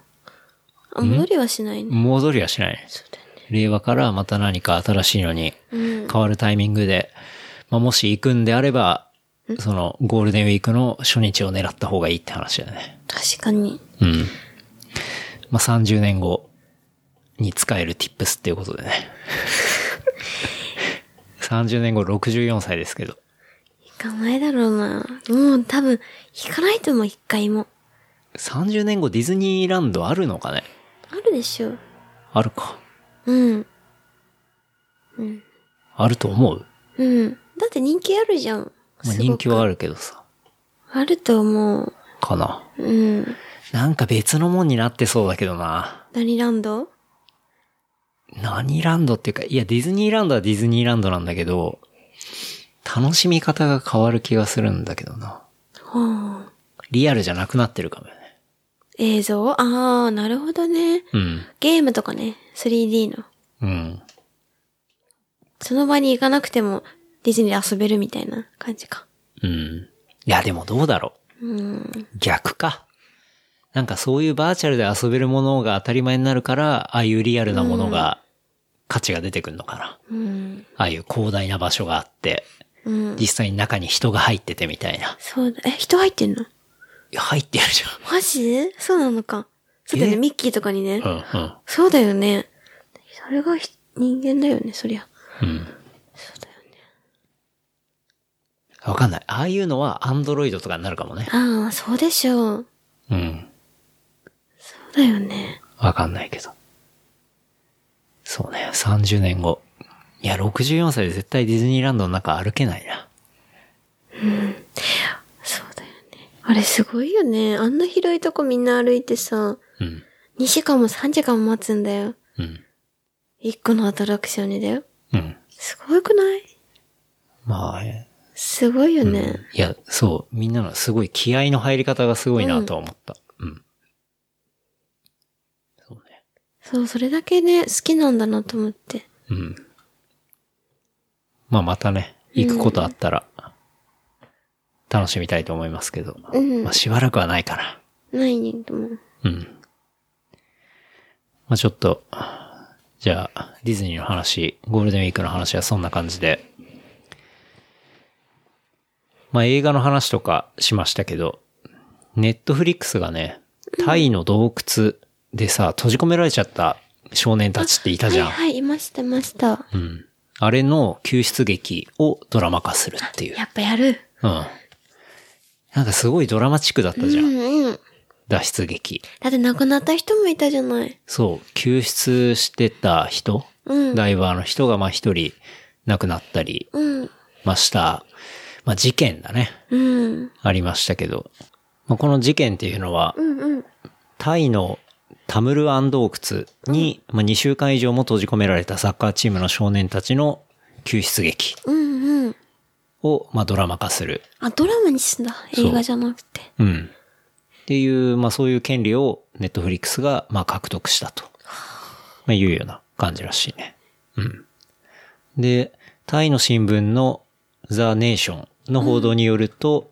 Speaker 3: あ、無理はしないね。
Speaker 2: 戻りはしない。
Speaker 3: そうだよね。
Speaker 2: 令和からまた何か新しいのに
Speaker 3: うん。
Speaker 2: 変わるタイミングで、まあ、もし行くんであれば、そのゴールデンウィークの初日を狙った方がいいって話だよね。
Speaker 3: 確かに。
Speaker 2: うん。まあ、30年後に使える tips っていうことで ね。30年後64歳ですけど。
Speaker 3: 行かないだろうな。もう多分、行かないともう一回も。
Speaker 2: 30年後ディズニーランドあるのかね
Speaker 3: あるでしょう。
Speaker 2: あるか。
Speaker 3: うん。
Speaker 2: あると思う、
Speaker 3: うん。だって人気あるじゃん。
Speaker 2: まあ、
Speaker 3: すごく
Speaker 2: 人気はあるけどさ。
Speaker 3: あると思う。
Speaker 2: かな。
Speaker 3: うん。
Speaker 2: なんか別のもんになってそうだけどな。
Speaker 3: 何ランド
Speaker 2: 何ランドっていうか、いや、ディズニーランドはディズニーランドなんだけど、楽しみ方が変わる気がするんだけどな。
Speaker 3: はあ。
Speaker 2: リアルじゃなくなってるかもよね。
Speaker 3: 映像ああ、なるほどね。
Speaker 2: うん。
Speaker 3: ゲームとかね。3D の。
Speaker 2: うん。
Speaker 3: その場に行かなくても、ディズニーで遊べるみたいな感じか。
Speaker 2: うん。いや、でもどうだろ
Speaker 3: うん。
Speaker 2: う。逆か。なんかそういうバーチャルで遊べるものが当たり前になるから、ああいうリアルなものが、価値が出てくるのかな。
Speaker 3: うん。
Speaker 2: ああいう広大な場所があって、
Speaker 3: うん。
Speaker 2: 実際に中に人が入っててみたいな。
Speaker 3: そうだ。え、人入ってんの
Speaker 2: いや、入ってるじ
Speaker 3: マジそうなのか。そうだよね。
Speaker 2: え
Speaker 3: ミッキーとかにね。
Speaker 2: ゃん。うん、
Speaker 3: そうだよね。それがひ人間だよね、そりゃ。
Speaker 2: うん。うん。
Speaker 3: そうだよね。
Speaker 2: わかんない。ああいうのはアンドロイドとかになるかもね。
Speaker 3: ああ、そうでしょう。
Speaker 2: うん。
Speaker 3: そうだよね。
Speaker 2: わかんないけど。そうね。30年後。いや、64歳で絶対ディズニーランドの中歩けないな。
Speaker 3: そうだよね。あれすごいよね。あんな広いとこみんな歩いてさ、
Speaker 2: うん。
Speaker 3: 2時間も3時間も待つんだよ。
Speaker 2: うん。
Speaker 3: 1個のアトラクションにだよ。
Speaker 2: うん。
Speaker 3: すごくない
Speaker 2: まあ、え
Speaker 3: すごいよね。
Speaker 2: いや、そう。みんなのすごい気合の入り方がすごいなとは思った。うん。そうね。
Speaker 3: そう、それだけね、好きなんだなと思って。
Speaker 2: うん。まあ、またね、行くことあったら、楽しみたいと思いますけど。
Speaker 3: うん
Speaker 2: まあ、しばらくはないかな。
Speaker 3: ないね、でも。
Speaker 2: うん。まあ、ちょっと、じゃあ、ディズニーの話、ゴールデンウィークの話はそんな感じで。まあ、映画の話とかしましたけど、ネットフリックスがね、タイの洞窟でさ、閉じ込められちゃった少年たちっていたじゃん。
Speaker 3: はいはい、いました、いました。
Speaker 2: うん。あれの救出劇をドラマ化するっていう。
Speaker 3: やっぱやる。
Speaker 2: うん。なんかすごいドラマチックだったじゃ。
Speaker 3: うんんうん。
Speaker 2: 脱出劇。
Speaker 3: だって亡くなった人もいたじゃない。
Speaker 2: そう、救出してた人、
Speaker 3: うん。
Speaker 2: ダイバーの人がまあ一人亡くなったり
Speaker 3: うん。
Speaker 2: ました。まあ事件だね。
Speaker 3: うん。
Speaker 2: ありましたけど。まあ、この事件っていうのは、
Speaker 3: うんうん。
Speaker 2: タイのタムルアン洞窟に、まあ、2週間以上も閉じ込められたサッカーチームの少年たちの救出劇
Speaker 3: うんうん。
Speaker 2: を、まあ、ドラマ化する。
Speaker 3: あ、ドラマにすんだ。
Speaker 2: そう
Speaker 3: 映画じゃなくて。
Speaker 2: うん。っていう、まあそういう権利をネットフリックスが、まあ獲得したと。まあいうような感じらしいね。うん。で、タイの新聞のザ・ネーションの報道によると、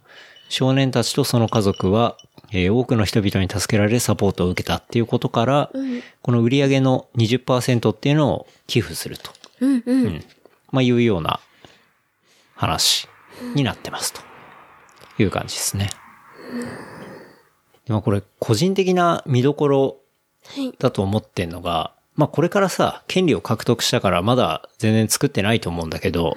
Speaker 2: 少年たちとその家族は、えー多くの人々に助けられサポートを受けたっていうことから、
Speaker 3: ん
Speaker 2: この売り上げの20%っていうのを寄付すると。
Speaker 3: うんうん。
Speaker 2: うん。まあいうような話になってますという感じですね。でもこれ個人的な見どころ
Speaker 3: はい。
Speaker 2: だと思ってんのが、まあこれからさ、権利を獲得したからまだ全然作ってないと思うんだけど、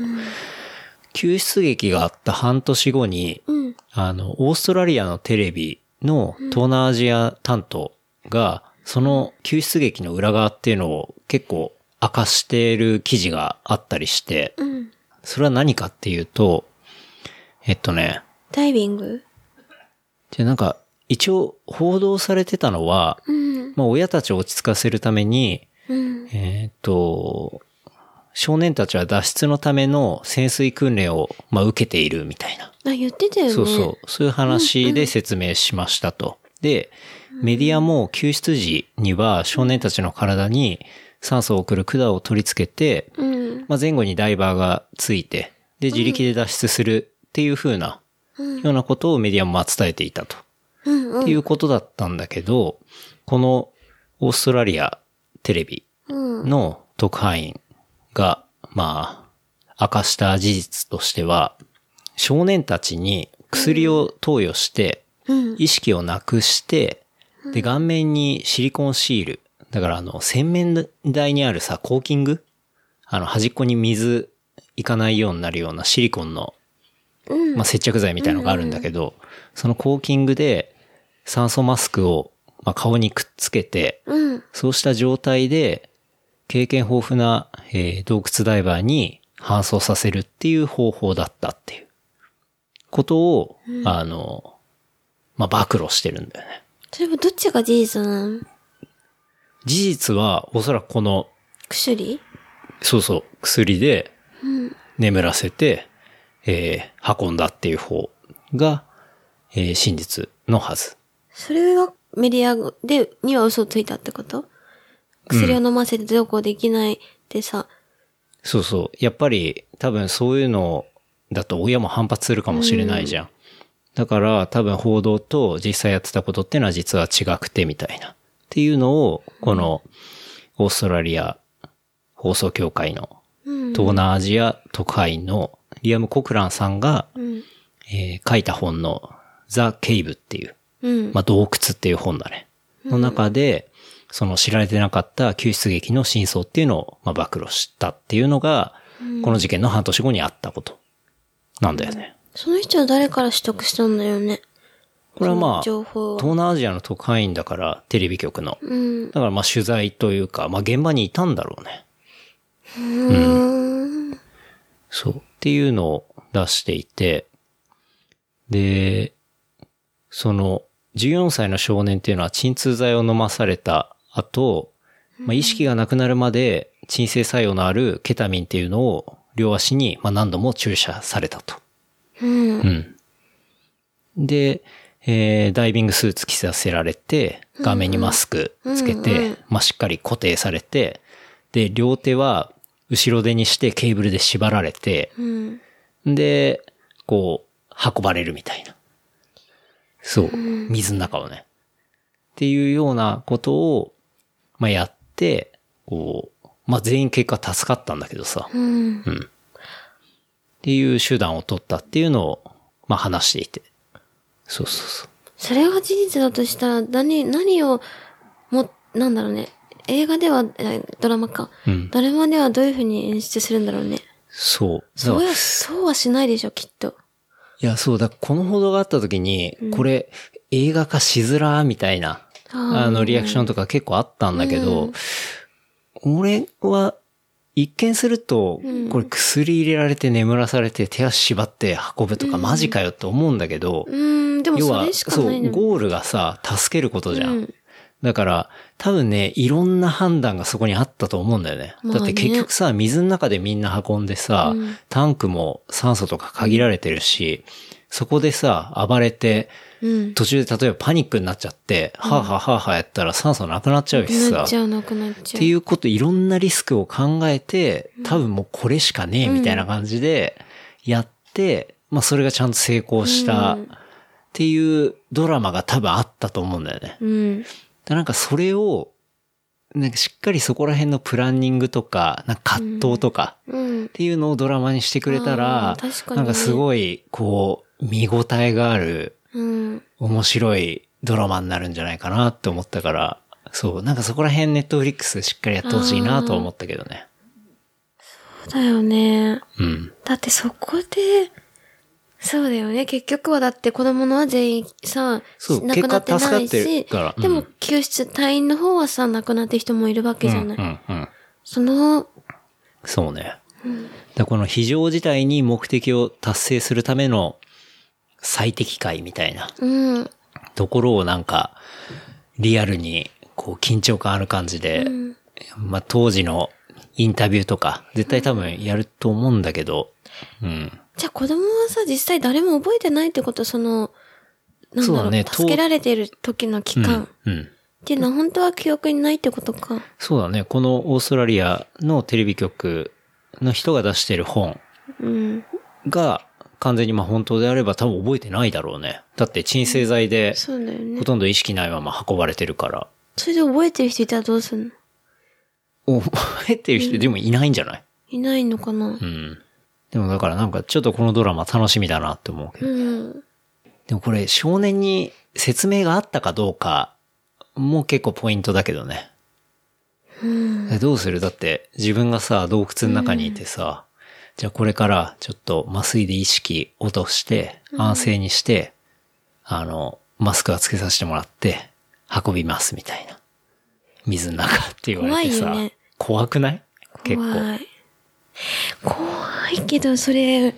Speaker 2: 救出劇があった半年後に、
Speaker 3: うん。
Speaker 2: あの、オーストラリアのテレビの東南アジア担当が、その救出劇の裏側っていうのを結構明かしている記事があったりして、
Speaker 3: うん。
Speaker 2: それは何かっていうと、えっとね、
Speaker 3: ダイビング
Speaker 2: じゃあなんか一応報道されてたのは、
Speaker 3: うん。
Speaker 2: まあ親たちを落ち着かせるために、
Speaker 3: うん。
Speaker 2: えーっと、少年たちは脱出のための潜水訓練を、まあ、受けているみたいな。
Speaker 3: あ、言ってたよね。
Speaker 2: そうそう。そういう話で説明しましたと。で、メディアも救出時には少年たちの体に酸素を送る管を取り付けて、
Speaker 3: う。うん。
Speaker 2: まあ、前後にダイバーがついて、で、自力で脱出するっていう風な、
Speaker 3: うん。
Speaker 2: ようなことをメディアも伝えていたと。
Speaker 3: うん。う
Speaker 2: っ
Speaker 3: ん
Speaker 2: ていうことだったんだけど、このオーストラリアテレビ
Speaker 3: うん。
Speaker 2: の特派員が、まあ、明かした事実としては、少年たちに薬を投与して、
Speaker 3: うん。
Speaker 2: 意識をなくして、で、顔面にシリコンシール、だからあの、洗面台にあるさ、コーキングあの、端っこに水いかないようになるようなシリコンの、
Speaker 3: うん
Speaker 2: まあ、接着剤みたいのがあるんだけど、そのコーキングで酸素マスクを、まあ、顔にくっつけて、
Speaker 3: うん。
Speaker 2: そうした状態で、経験豊富な、えー洞窟ダイバーに搬送させるっていう方法だったっていう、ことを、あの、まあ、暴露してるんだよね。
Speaker 3: それはどっちが事実なの
Speaker 2: 事実は、おそらくこの、
Speaker 3: 薬
Speaker 2: そうそう、薬で
Speaker 3: うん。
Speaker 2: 眠らせて、えー運んだっていう方が、えー真実のはず。
Speaker 3: それはメディアで、には嘘をついたってこと薬を飲ませてどうこうできないってさ、
Speaker 2: そうそう。やっぱり多分そういうのだと親も反発するかもしれないじゃん。だから多分報道と実際やってたことってのは実は違くてみたいな。っていうのを、このオーストラリア放送協会の
Speaker 3: うん。
Speaker 2: 東南アジア特派員のリアム・コクランさんが、
Speaker 3: うん。
Speaker 2: えー書いた本のザ・ケイブっていう、
Speaker 3: うん。
Speaker 2: まあ、洞窟っていう本だね。の中で、その知られてなかった救出劇の真相っていうのを、まあ、暴露したっていうのが、この事件の半年後にあったこと。なんだよね。
Speaker 3: その人は誰から取得したんだよね。
Speaker 2: これはまあ、
Speaker 3: その情
Speaker 2: 東
Speaker 3: 報は。
Speaker 2: 南アジアの特派員だから、テレビ局の。
Speaker 3: うん。
Speaker 2: だからまあ取材というか、まあ現場にいたんだろうね。
Speaker 3: うん。
Speaker 2: そう。っていうのを出していて、で、その、14歳の少年っていうのは鎮痛剤を飲まされた後、まあ、意識がなくなるまで鎮静作用のあるケタミンっていうのを両足にまあ何度も注射されたと。
Speaker 3: うん。
Speaker 2: うん。で、えーダイビングスーツ着させられて、顔面にマスクつけて、
Speaker 3: うんうん
Speaker 2: まあ、しっかり固定されて、で、両手は後ろ手にしてケーブルで縛られて、
Speaker 3: うん。
Speaker 2: で、こう、運ばれるみたいな。そう。水の中をね。っていうようなことを、まあ、やって、こう、まあ、全員結果助かったんだけどさ。
Speaker 3: うん。
Speaker 2: うん。っていう手段を取ったっていうのを、まあ、話していて。そうそうそう。
Speaker 3: それが事実だとしたら、何、何を、も、なんだろうね。映画では、えドラマか。
Speaker 2: うん
Speaker 3: ドラマではどういう風に演出するんだろうね。
Speaker 2: そう。だ
Speaker 3: そう
Speaker 2: から
Speaker 3: や、そうはしないでしょ、きっと。
Speaker 2: いや、そうだ。この報道があった時に、これ、映画化しづらーみたいな、
Speaker 3: あー
Speaker 2: あの、リアクションとか結構あったんだけど、俺は、一見すると、これ薬入れられて眠らされて手足縛って運ぶとかマジかよって思うんだけど、
Speaker 3: うん、でも
Speaker 2: 要
Speaker 3: そ
Speaker 2: は
Speaker 3: れし、か
Speaker 2: そ、
Speaker 3: ないうの。
Speaker 2: ゴールがさ、助けることじゃん。
Speaker 3: うん
Speaker 2: だから、多分ね、いろんな判断がそこにあったと思うんだよね。
Speaker 3: まあね
Speaker 2: だって結局さ、水の中でみんな運んでさ、タンクも酸素とか限られてるし、そこでさ、暴れて、
Speaker 3: うん。
Speaker 2: 途中で例えばパニックになっちゃって、はあはあはあはあやったら酸素なくなっちゃうし
Speaker 3: な
Speaker 2: さ
Speaker 3: っ、ちゃう、なくなっちゃう。
Speaker 2: っていうこと、いろんなリスクを考えて、多分もうこれしかねえみたいな感じでやって、まあそれがちゃんと成功したっていうドラマが多分あったと思うんだよね。
Speaker 3: うん。
Speaker 2: でなんかそれを、なんかしっかりそこら辺のプランニングとか、なんか葛藤とか
Speaker 3: うん
Speaker 2: っ。ていうのをドラマにしてくれた
Speaker 3: あ
Speaker 2: ら、
Speaker 3: ー確かにね
Speaker 2: なんかすごい、こう、見応えがある、
Speaker 3: うん。
Speaker 2: 面白いドラマになるんじゃないかなって思ったから、そう、なんかそこら辺ネットフリックスしっかりやってほしいなとは思ったけどね。
Speaker 3: そうだよね。
Speaker 2: うん。
Speaker 3: だってそこで、そうだよね。結局はだって子供のは全員さ、
Speaker 2: そう
Speaker 3: 亡くなってな
Speaker 2: 結果
Speaker 3: い
Speaker 2: 助かって
Speaker 3: し、
Speaker 2: るからうん
Speaker 3: でも救出隊員の方はさ、亡くなってる人もいるわけじゃない。
Speaker 2: うんうんうん。
Speaker 3: その、
Speaker 2: そうね。だからこの非常事態に目的を達成するための最適解みたいな
Speaker 3: うん。
Speaker 2: ところをなんか、リアルに、こう、緊張感ある感じで、まあ、当時のインタビューとか、絶対多分やると思うんだけど、うん。
Speaker 3: じゃあ子供はさ、実際誰も覚えてないってこと、その、なんだ
Speaker 2: そう
Speaker 3: ろ
Speaker 2: だ
Speaker 3: う、
Speaker 2: ねと
Speaker 3: 助けられてる時の期間っ
Speaker 2: うん。うん。
Speaker 3: ていうのは本当は記憶にないってことか。
Speaker 2: そうだね。このオーストラリアのテレビ局の人が出してる本
Speaker 3: うん。
Speaker 2: が、完全にまあ本当であれば多分覚えてないだろうね。だって鎮静剤で、
Speaker 3: そうだよね
Speaker 2: ほ。とんど意識ないまま運ばれてるから。
Speaker 3: それで覚えてる人いたらどうすんの
Speaker 2: 覚えてる人でもいないんじゃない
Speaker 3: いないのかな
Speaker 2: うん。でもだからなんかちょっとこのドラマ楽しみだなって思うけど。
Speaker 3: うん。
Speaker 2: でもこれ少年に説明があったかどうかも結構ポイントだけどね。えどうするだって自分がさ、洞窟の中にいてさ、じゃあこれからちょっと麻酔で意識落として、安静にして、あの、マスクはつけさせてもらって、運びますみたいな。水の中って言われてさ、
Speaker 3: 怖いよね
Speaker 2: 怖くない結構。
Speaker 3: 怖い。怖いけど、それ、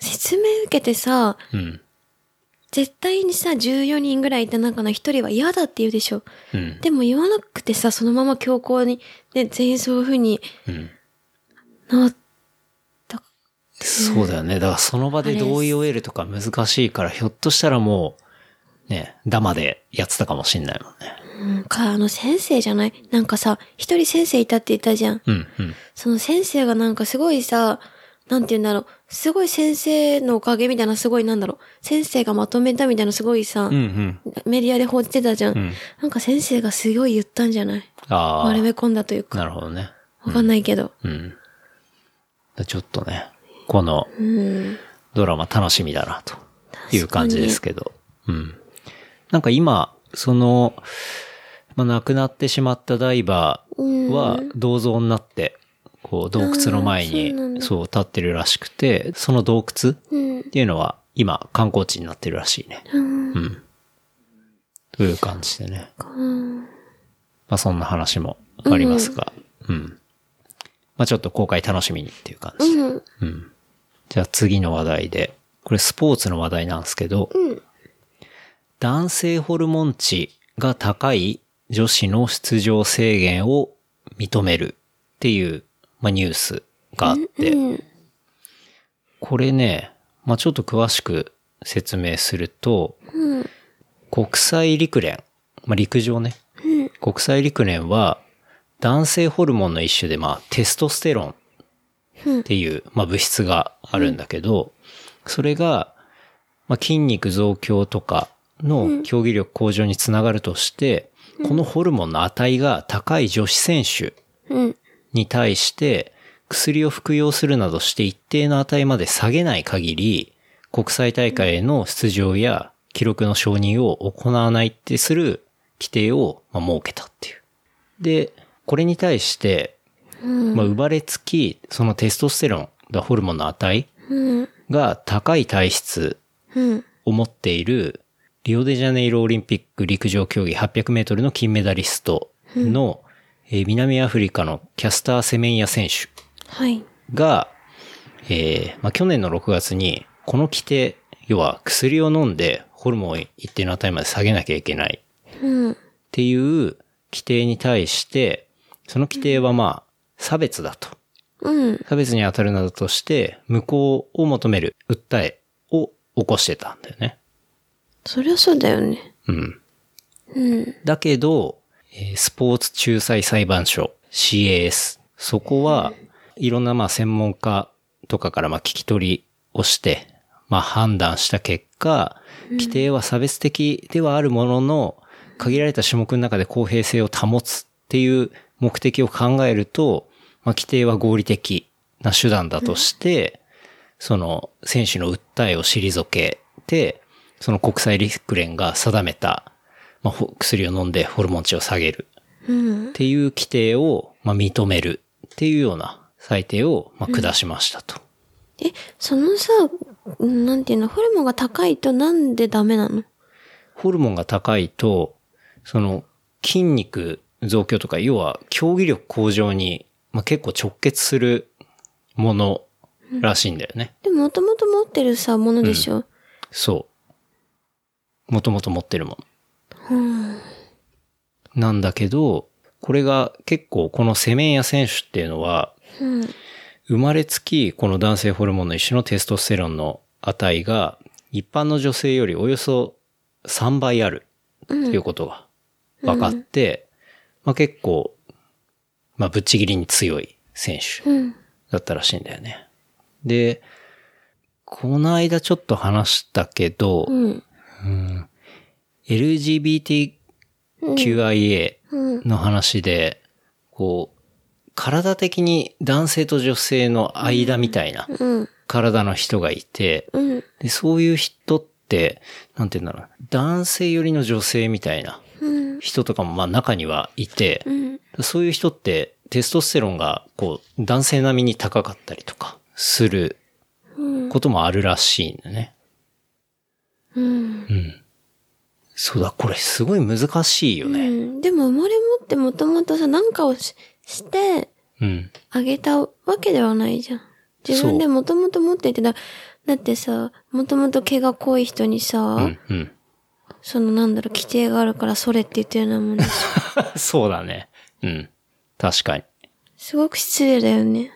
Speaker 3: 説明受けてさ、
Speaker 2: うん。
Speaker 3: 絶対にさ、14人ぐらいいた中の一人は嫌だって言うでしょ。
Speaker 2: うん。
Speaker 3: でも言わなくてさ、そのまま強行に、ね、全員そういう風に
Speaker 2: うん。
Speaker 3: なった。
Speaker 2: そうだよね。だからその場で同意を得るとか難しいから、ひょっとしたらもう、ね、ダマでやってたかもしんないもんね。
Speaker 3: うん、か、あの先生じゃないなんかさ、一人先生いたって言ったじゃん。
Speaker 2: うん、うん。
Speaker 3: その先生がなんかすごいさ、なんて言うんだろう。すごい先生のおかげみたいなすごいなんだろう。先生がまとめたみたいなすごいさ、
Speaker 2: うん、うん。
Speaker 3: メディアで報じてたじゃん,、
Speaker 2: ん
Speaker 3: なんか先生がすごい言ったんじゃない
Speaker 2: あ
Speaker 3: 丸め込んだという
Speaker 2: あ、
Speaker 3: か。
Speaker 2: なるほどね。
Speaker 3: わかんないけど。
Speaker 2: うん。でちょっとね、この
Speaker 3: うん。
Speaker 2: ドラマ楽しみだな、という感じですけど。うん。なんか今、その、まあ、亡くなってしまったダイバー、
Speaker 3: うん。
Speaker 2: は銅像になって、こう洞窟の前
Speaker 3: あーそうなん
Speaker 2: に、
Speaker 3: だ
Speaker 2: そう立ってるらしくて、その洞窟っ
Speaker 3: うん。
Speaker 2: ていうのは今観光地になってるらしいね。
Speaker 3: うん。
Speaker 2: うん。という感じでね。
Speaker 3: うん。
Speaker 2: まあそんな話もありますが、うん、まあちょっと公開楽しみにっていう感じで。
Speaker 3: うん。
Speaker 2: うん。じゃあ次の話題で、これスポーツの話題なんですけど、
Speaker 3: うん
Speaker 2: 男性ホルモン値が高い女子の出場制限を認めるっていう、まあ、ニュースがあって、
Speaker 3: うん。
Speaker 2: これね、まあ、ちょっと詳しく説明すると、
Speaker 3: うん。
Speaker 2: 国際陸連、まあ、陸上ね、
Speaker 3: うん
Speaker 2: 国際陸連は男性ホルモンの一種で、まあ、テストステロンっていう、まあ、物質があるんだけど、それが、まあ、筋肉増強とかの競技力向上につながるとして、このホルモンの値が高い女子選手
Speaker 3: うん。
Speaker 2: に対して薬を服用するなどして一定の値まで下げない限り、国際大会への出場や記録の承認を行わないってする規定をまあ設けたっていう。で、これに対して、
Speaker 3: うん。
Speaker 2: まあ、生まれつき、そのテストステロン、だホルモンの値
Speaker 3: うん。
Speaker 2: が高い体質
Speaker 3: うん。
Speaker 2: を持っている、リオデジャネイロオリンピック陸上競技800メートルの金メダリストの、えー南アフリカのキャスター・セメンヤ選手
Speaker 3: はい。
Speaker 2: が、えーまあ、去年の6月に、この規定、要は薬を飲んでホルモンを一定の値まで下げなきゃいけない
Speaker 3: うん。
Speaker 2: っていう規定に対して、その規定はまあ、差別だと。
Speaker 3: うん。
Speaker 2: 差別に当たるなどとして、無効を求める訴えを起こしてたんだよね。
Speaker 3: そりゃそうだよね。
Speaker 2: うん。
Speaker 3: うん。
Speaker 2: だけど、えースポーツ仲裁裁判所 CAS。そこは、いろんなまあ専門家とかからまあ聞き取りをして、まあ判断した結果、規定は差別的ではあるものの、限られた種目の中で公平性を保つっていう目的を考えると、まあ規定は合理的な手段だとして、その選手の訴えを退けて、その国際陸連が定めた、まあ、ほ薬を飲んでホルモン値を下げる
Speaker 3: うん
Speaker 2: っ。ていう規定を、まあ、認めるっていうような裁定を、まあ、下しましたと。
Speaker 3: え、そのさ、うんなんていうの、ホルモンが高いとなんでダメなの
Speaker 2: ホルモンが高いと、その筋肉増強とか、要は競技力向上に、まあ、結構直結するものらしいんだよね。
Speaker 3: でももともと持ってるさ、ものでしょ、
Speaker 2: そもともと持ってるもん。なんだけど、これが結構このセメンヤ選手っていうのは、
Speaker 3: うん。
Speaker 2: 生まれつきこの男性ホルモンの一種のテストステロンの値が一般の女性よりおよそ3倍あるっていうことが分かって、まあ結構、まあぶっちぎりに強い選手
Speaker 3: うん。
Speaker 2: だったらしいんだよね。で、この間ちょっと話したけど、
Speaker 3: うん。
Speaker 2: LGBTQIA
Speaker 3: うん。
Speaker 2: の話で、こう、体的に男性と女性の間みたいな
Speaker 3: うん。
Speaker 2: 体の人がいて、
Speaker 3: うん。
Speaker 2: でそういう人って、なんて言うんだろうな、男性寄りの女性みたいな
Speaker 3: うん。
Speaker 2: 人とかもまあ中にはいて、
Speaker 3: うん。
Speaker 2: そういう人ってテストステロンがこう男性並みに高かったりとかする
Speaker 3: うん。
Speaker 2: こともあるらしいんだね。
Speaker 3: うん。
Speaker 2: そうだ、これすごい難しいよ
Speaker 3: う
Speaker 2: ね。
Speaker 3: ん。でも生まれ持ってもともとさ、なんかをしして
Speaker 2: うん。
Speaker 3: あげたわけではないじゃん。自分でもともと持っててだ、だってさ、もともと毛が濃い人にさ、
Speaker 2: うん、うん。
Speaker 3: そのなんだろう、規定があるからそれって言ってるようなもんでしょ
Speaker 2: そうだね。うん。確かに。
Speaker 3: すごく失礼だよね。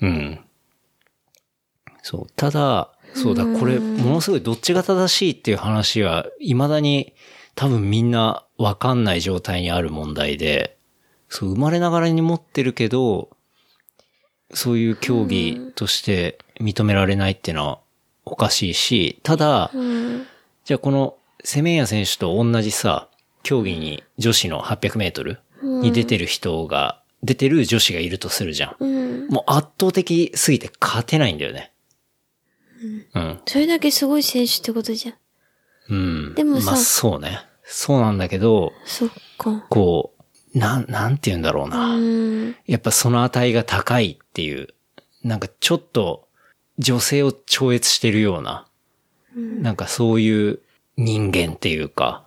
Speaker 2: うん。そう。ただ、そうだ、これ、ものすごいどっちが正しいっていう話は、未だに多分みんなわかんない状態にある問題で、そう、生まれながらに持ってるけど、そういう競技として認められないっていうのはおかしいし、ただ、
Speaker 3: うん。
Speaker 2: じゃあこのセメンヤ選手と同じさ、競技に女子の800メートルに出てる人が、出てる女子がいるとするじゃん。
Speaker 3: うん。
Speaker 2: もう圧倒的すぎて勝てないんだよね。うん。
Speaker 3: それだけすごい選手ってことじゃん。
Speaker 2: うん。
Speaker 3: でもさ
Speaker 2: まあそうね。そうなんだけど、
Speaker 3: そっか。
Speaker 2: こう、なん、なんて言うんだろうな。
Speaker 3: うん。
Speaker 2: やっぱその値が高いっていう、なんかちょっと女性を超越してるような、なんかそういう人間っていうか、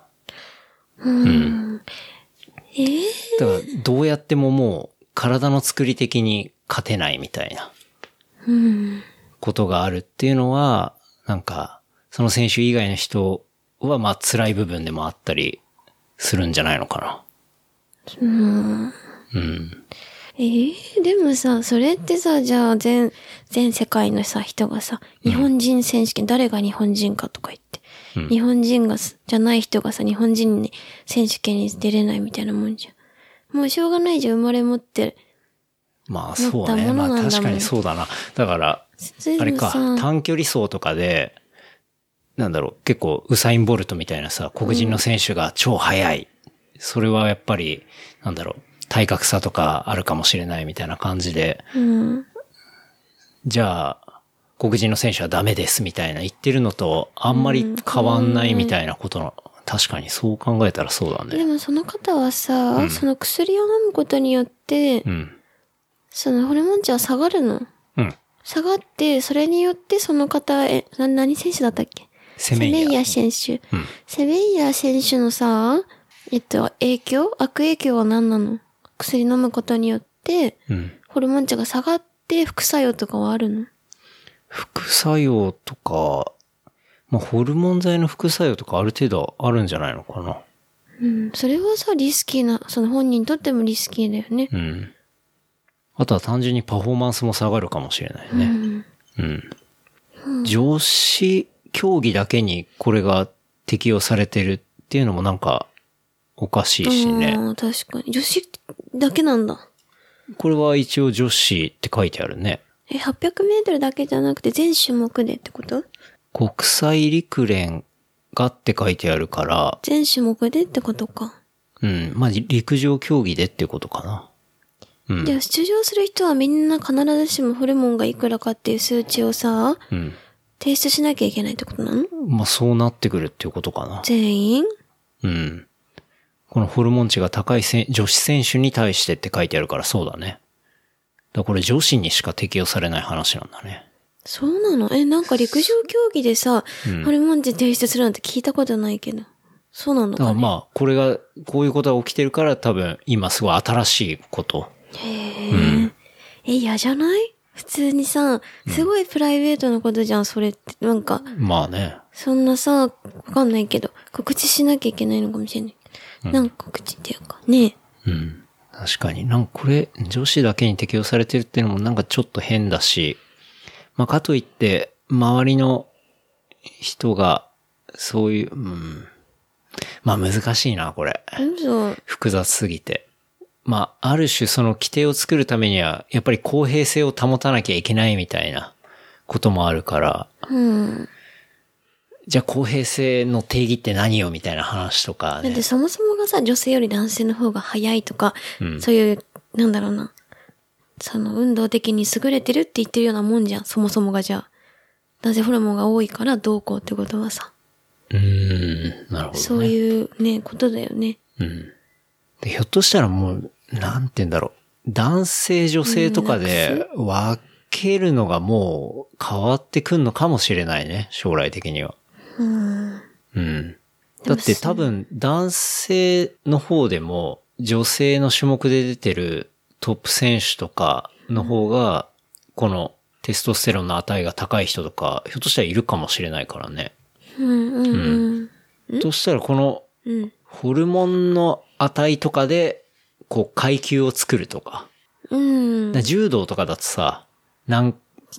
Speaker 3: えー、
Speaker 2: だからどうやってももう体の作り的に勝てないみたいな
Speaker 3: うん。
Speaker 2: ことがあるっていうのは、なんか、その選手以外の人はまあ辛い部分でもあったりするんじゃないのかな。うん。
Speaker 3: えー、でもさ、それってさ、じゃあ全、全世界のさ、人がさ、日本人選手権、誰が日本人かとか言って、日本人がす、じゃない人がさ、日本人に選手権に出れないみたいなもんじゃん。もうしょうがないじゃん、生まれ持って。
Speaker 2: まあそう
Speaker 3: 持
Speaker 2: ね。
Speaker 3: ったも
Speaker 2: ま
Speaker 3: のなんだも
Speaker 2: あ
Speaker 3: ん
Speaker 2: 確かにそうだな。だから、
Speaker 3: それ
Speaker 2: あ
Speaker 3: で
Speaker 2: れ
Speaker 3: も
Speaker 2: か、
Speaker 3: さ、
Speaker 2: 短距離走とかで、なんだろう、結構ウサイン・ボルトみたいなさ、黒人の選手が超速い。それはやっぱり、なんだろう、体格差とかあるかもしれないみたいな感じで、
Speaker 3: うん。
Speaker 2: じゃあ、黒人の選手はダメですみたいな言ってるのと、あんまり変わんないみたいなことの、確かにそう考えたらそうだ
Speaker 3: で
Speaker 2: ね。
Speaker 3: もその方はさ、
Speaker 2: うん
Speaker 3: その薬を飲むことによって、
Speaker 2: うん。
Speaker 3: そのホルモン値は下がるの。
Speaker 2: うん。
Speaker 3: 下がって、それによってその方、え、な、何選手だったっけ
Speaker 2: セメンヤ。
Speaker 3: 選手。
Speaker 2: うん。
Speaker 3: セメンヤ選手のさ、えっと、影響悪影響は何なの薬飲むことによって、
Speaker 2: うん。
Speaker 3: ホルモン値が下がって副作用とかはあるの
Speaker 2: 副作用とか、まあ、ホルモン剤の副作用とかある程度あるんじゃないのかな。
Speaker 3: うん。それはさ、リスキーな、その本人にとってもリスキーだよね。
Speaker 2: うん。あとは単純にパフォーマンスも下がるかもしれない
Speaker 3: うん。
Speaker 2: ね。うん。女子競技だけにこれが適用されてるっていうのもなんかおかしいしね。
Speaker 3: あー確かに。女子だけなんだ。
Speaker 2: これは一応女子って書いてあるね。
Speaker 3: え、800メートルだけじゃなくて全種目でってこと
Speaker 2: 国際陸連がって書いてあるから、
Speaker 3: 全種目でってことか。
Speaker 2: うん。まあ、陸上競技でっていうことかな。うん
Speaker 3: じゃあ出場する人はみんな必ずしもホルモンがいくらかっていう数値をさ、
Speaker 2: うん。
Speaker 3: 提出しなきゃいけないってことなの
Speaker 2: まあ、そうなってくるっていうことかな。
Speaker 3: 全員
Speaker 2: うん。このホルモン値が高いせん女子選手に対してって書いてあるからそうだね。だからこれ女子にしか適用されない話なんだね。
Speaker 3: そうなのえ、なんか陸上競技でさ、ホルモン値提出するなんて聞いたことないけど。そうなの
Speaker 2: だか
Speaker 3: からね。
Speaker 2: まあ、これが、こういうことが起きてるから多分今すごい新しいこと。
Speaker 3: え、嫌じゃない普通にさ、すごいプライベートなことじゃん、それって。なんか、
Speaker 2: まあね。
Speaker 3: そんなさ、わかんないけど、告知しなきゃいけないのかもしれない。なんか告知っていうか、ね
Speaker 2: うん。確かに。なんかこれ、女子だけに適用されてるっていうのもなんかちょっと変だし、まあかといって、周りの人が、そういう、うん。まあ難しいな、これ。
Speaker 3: え。嘘。
Speaker 2: 複雑すぎて。まあ、ある種その規定を作るためには、やっぱり公平性を保たなきゃいけないみたいなこともあるから、
Speaker 3: うん。
Speaker 2: じゃあ公平性の定義って何よみたいな話とか
Speaker 3: だっ
Speaker 2: ね
Speaker 3: て。そもそもがさ、女性より男性の方が早いとか、
Speaker 2: ん
Speaker 3: そういう、なんだろうな。その、運動的に優れてるって言ってるようなもんじゃん、そもそもがじゃあ。男性ホルモンが多いからどうこうってことはさ、
Speaker 2: うーん、なるほど、ね。
Speaker 3: そういうね、ことだよね。
Speaker 2: うん。でひょっとしたらもう、なんて言うんだろう。男性女性とかで分けるのがもう変わってくんのかもしれないね。将来的には。
Speaker 3: うん。
Speaker 2: うん。
Speaker 3: で
Speaker 2: だ
Speaker 3: も
Speaker 2: って
Speaker 3: そ
Speaker 2: 多分男性の方でも女性の種目で出てるトップ選手とかの方が、このテストステロンの値が高い人とか、ひょっとしたらいるかもしれないからね。
Speaker 3: うんうんうん。
Speaker 2: としたらこの
Speaker 3: うん。
Speaker 2: ホルモンの値とかで、こう階級を作るとか。
Speaker 3: うん。
Speaker 2: だから柔道とかだとさ、何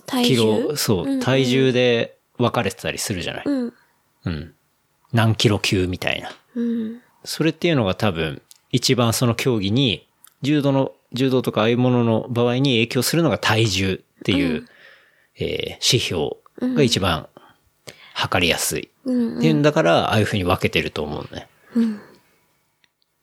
Speaker 3: 体
Speaker 2: キ
Speaker 3: 重
Speaker 2: ロ、そうう、
Speaker 3: ん
Speaker 2: 体重で分かれてたりするじゃない。
Speaker 3: うん。
Speaker 2: うん。何キロ級みたいな。
Speaker 3: うん。
Speaker 2: それっていうのが多分、一番その競技に、柔道の、柔道とかああいうものの場合に影響するのが体重っていう、えー指標が一番測りやすい。
Speaker 3: うん。
Speaker 2: っていうんだから、ああいうふうに分けてると思うね。
Speaker 3: うん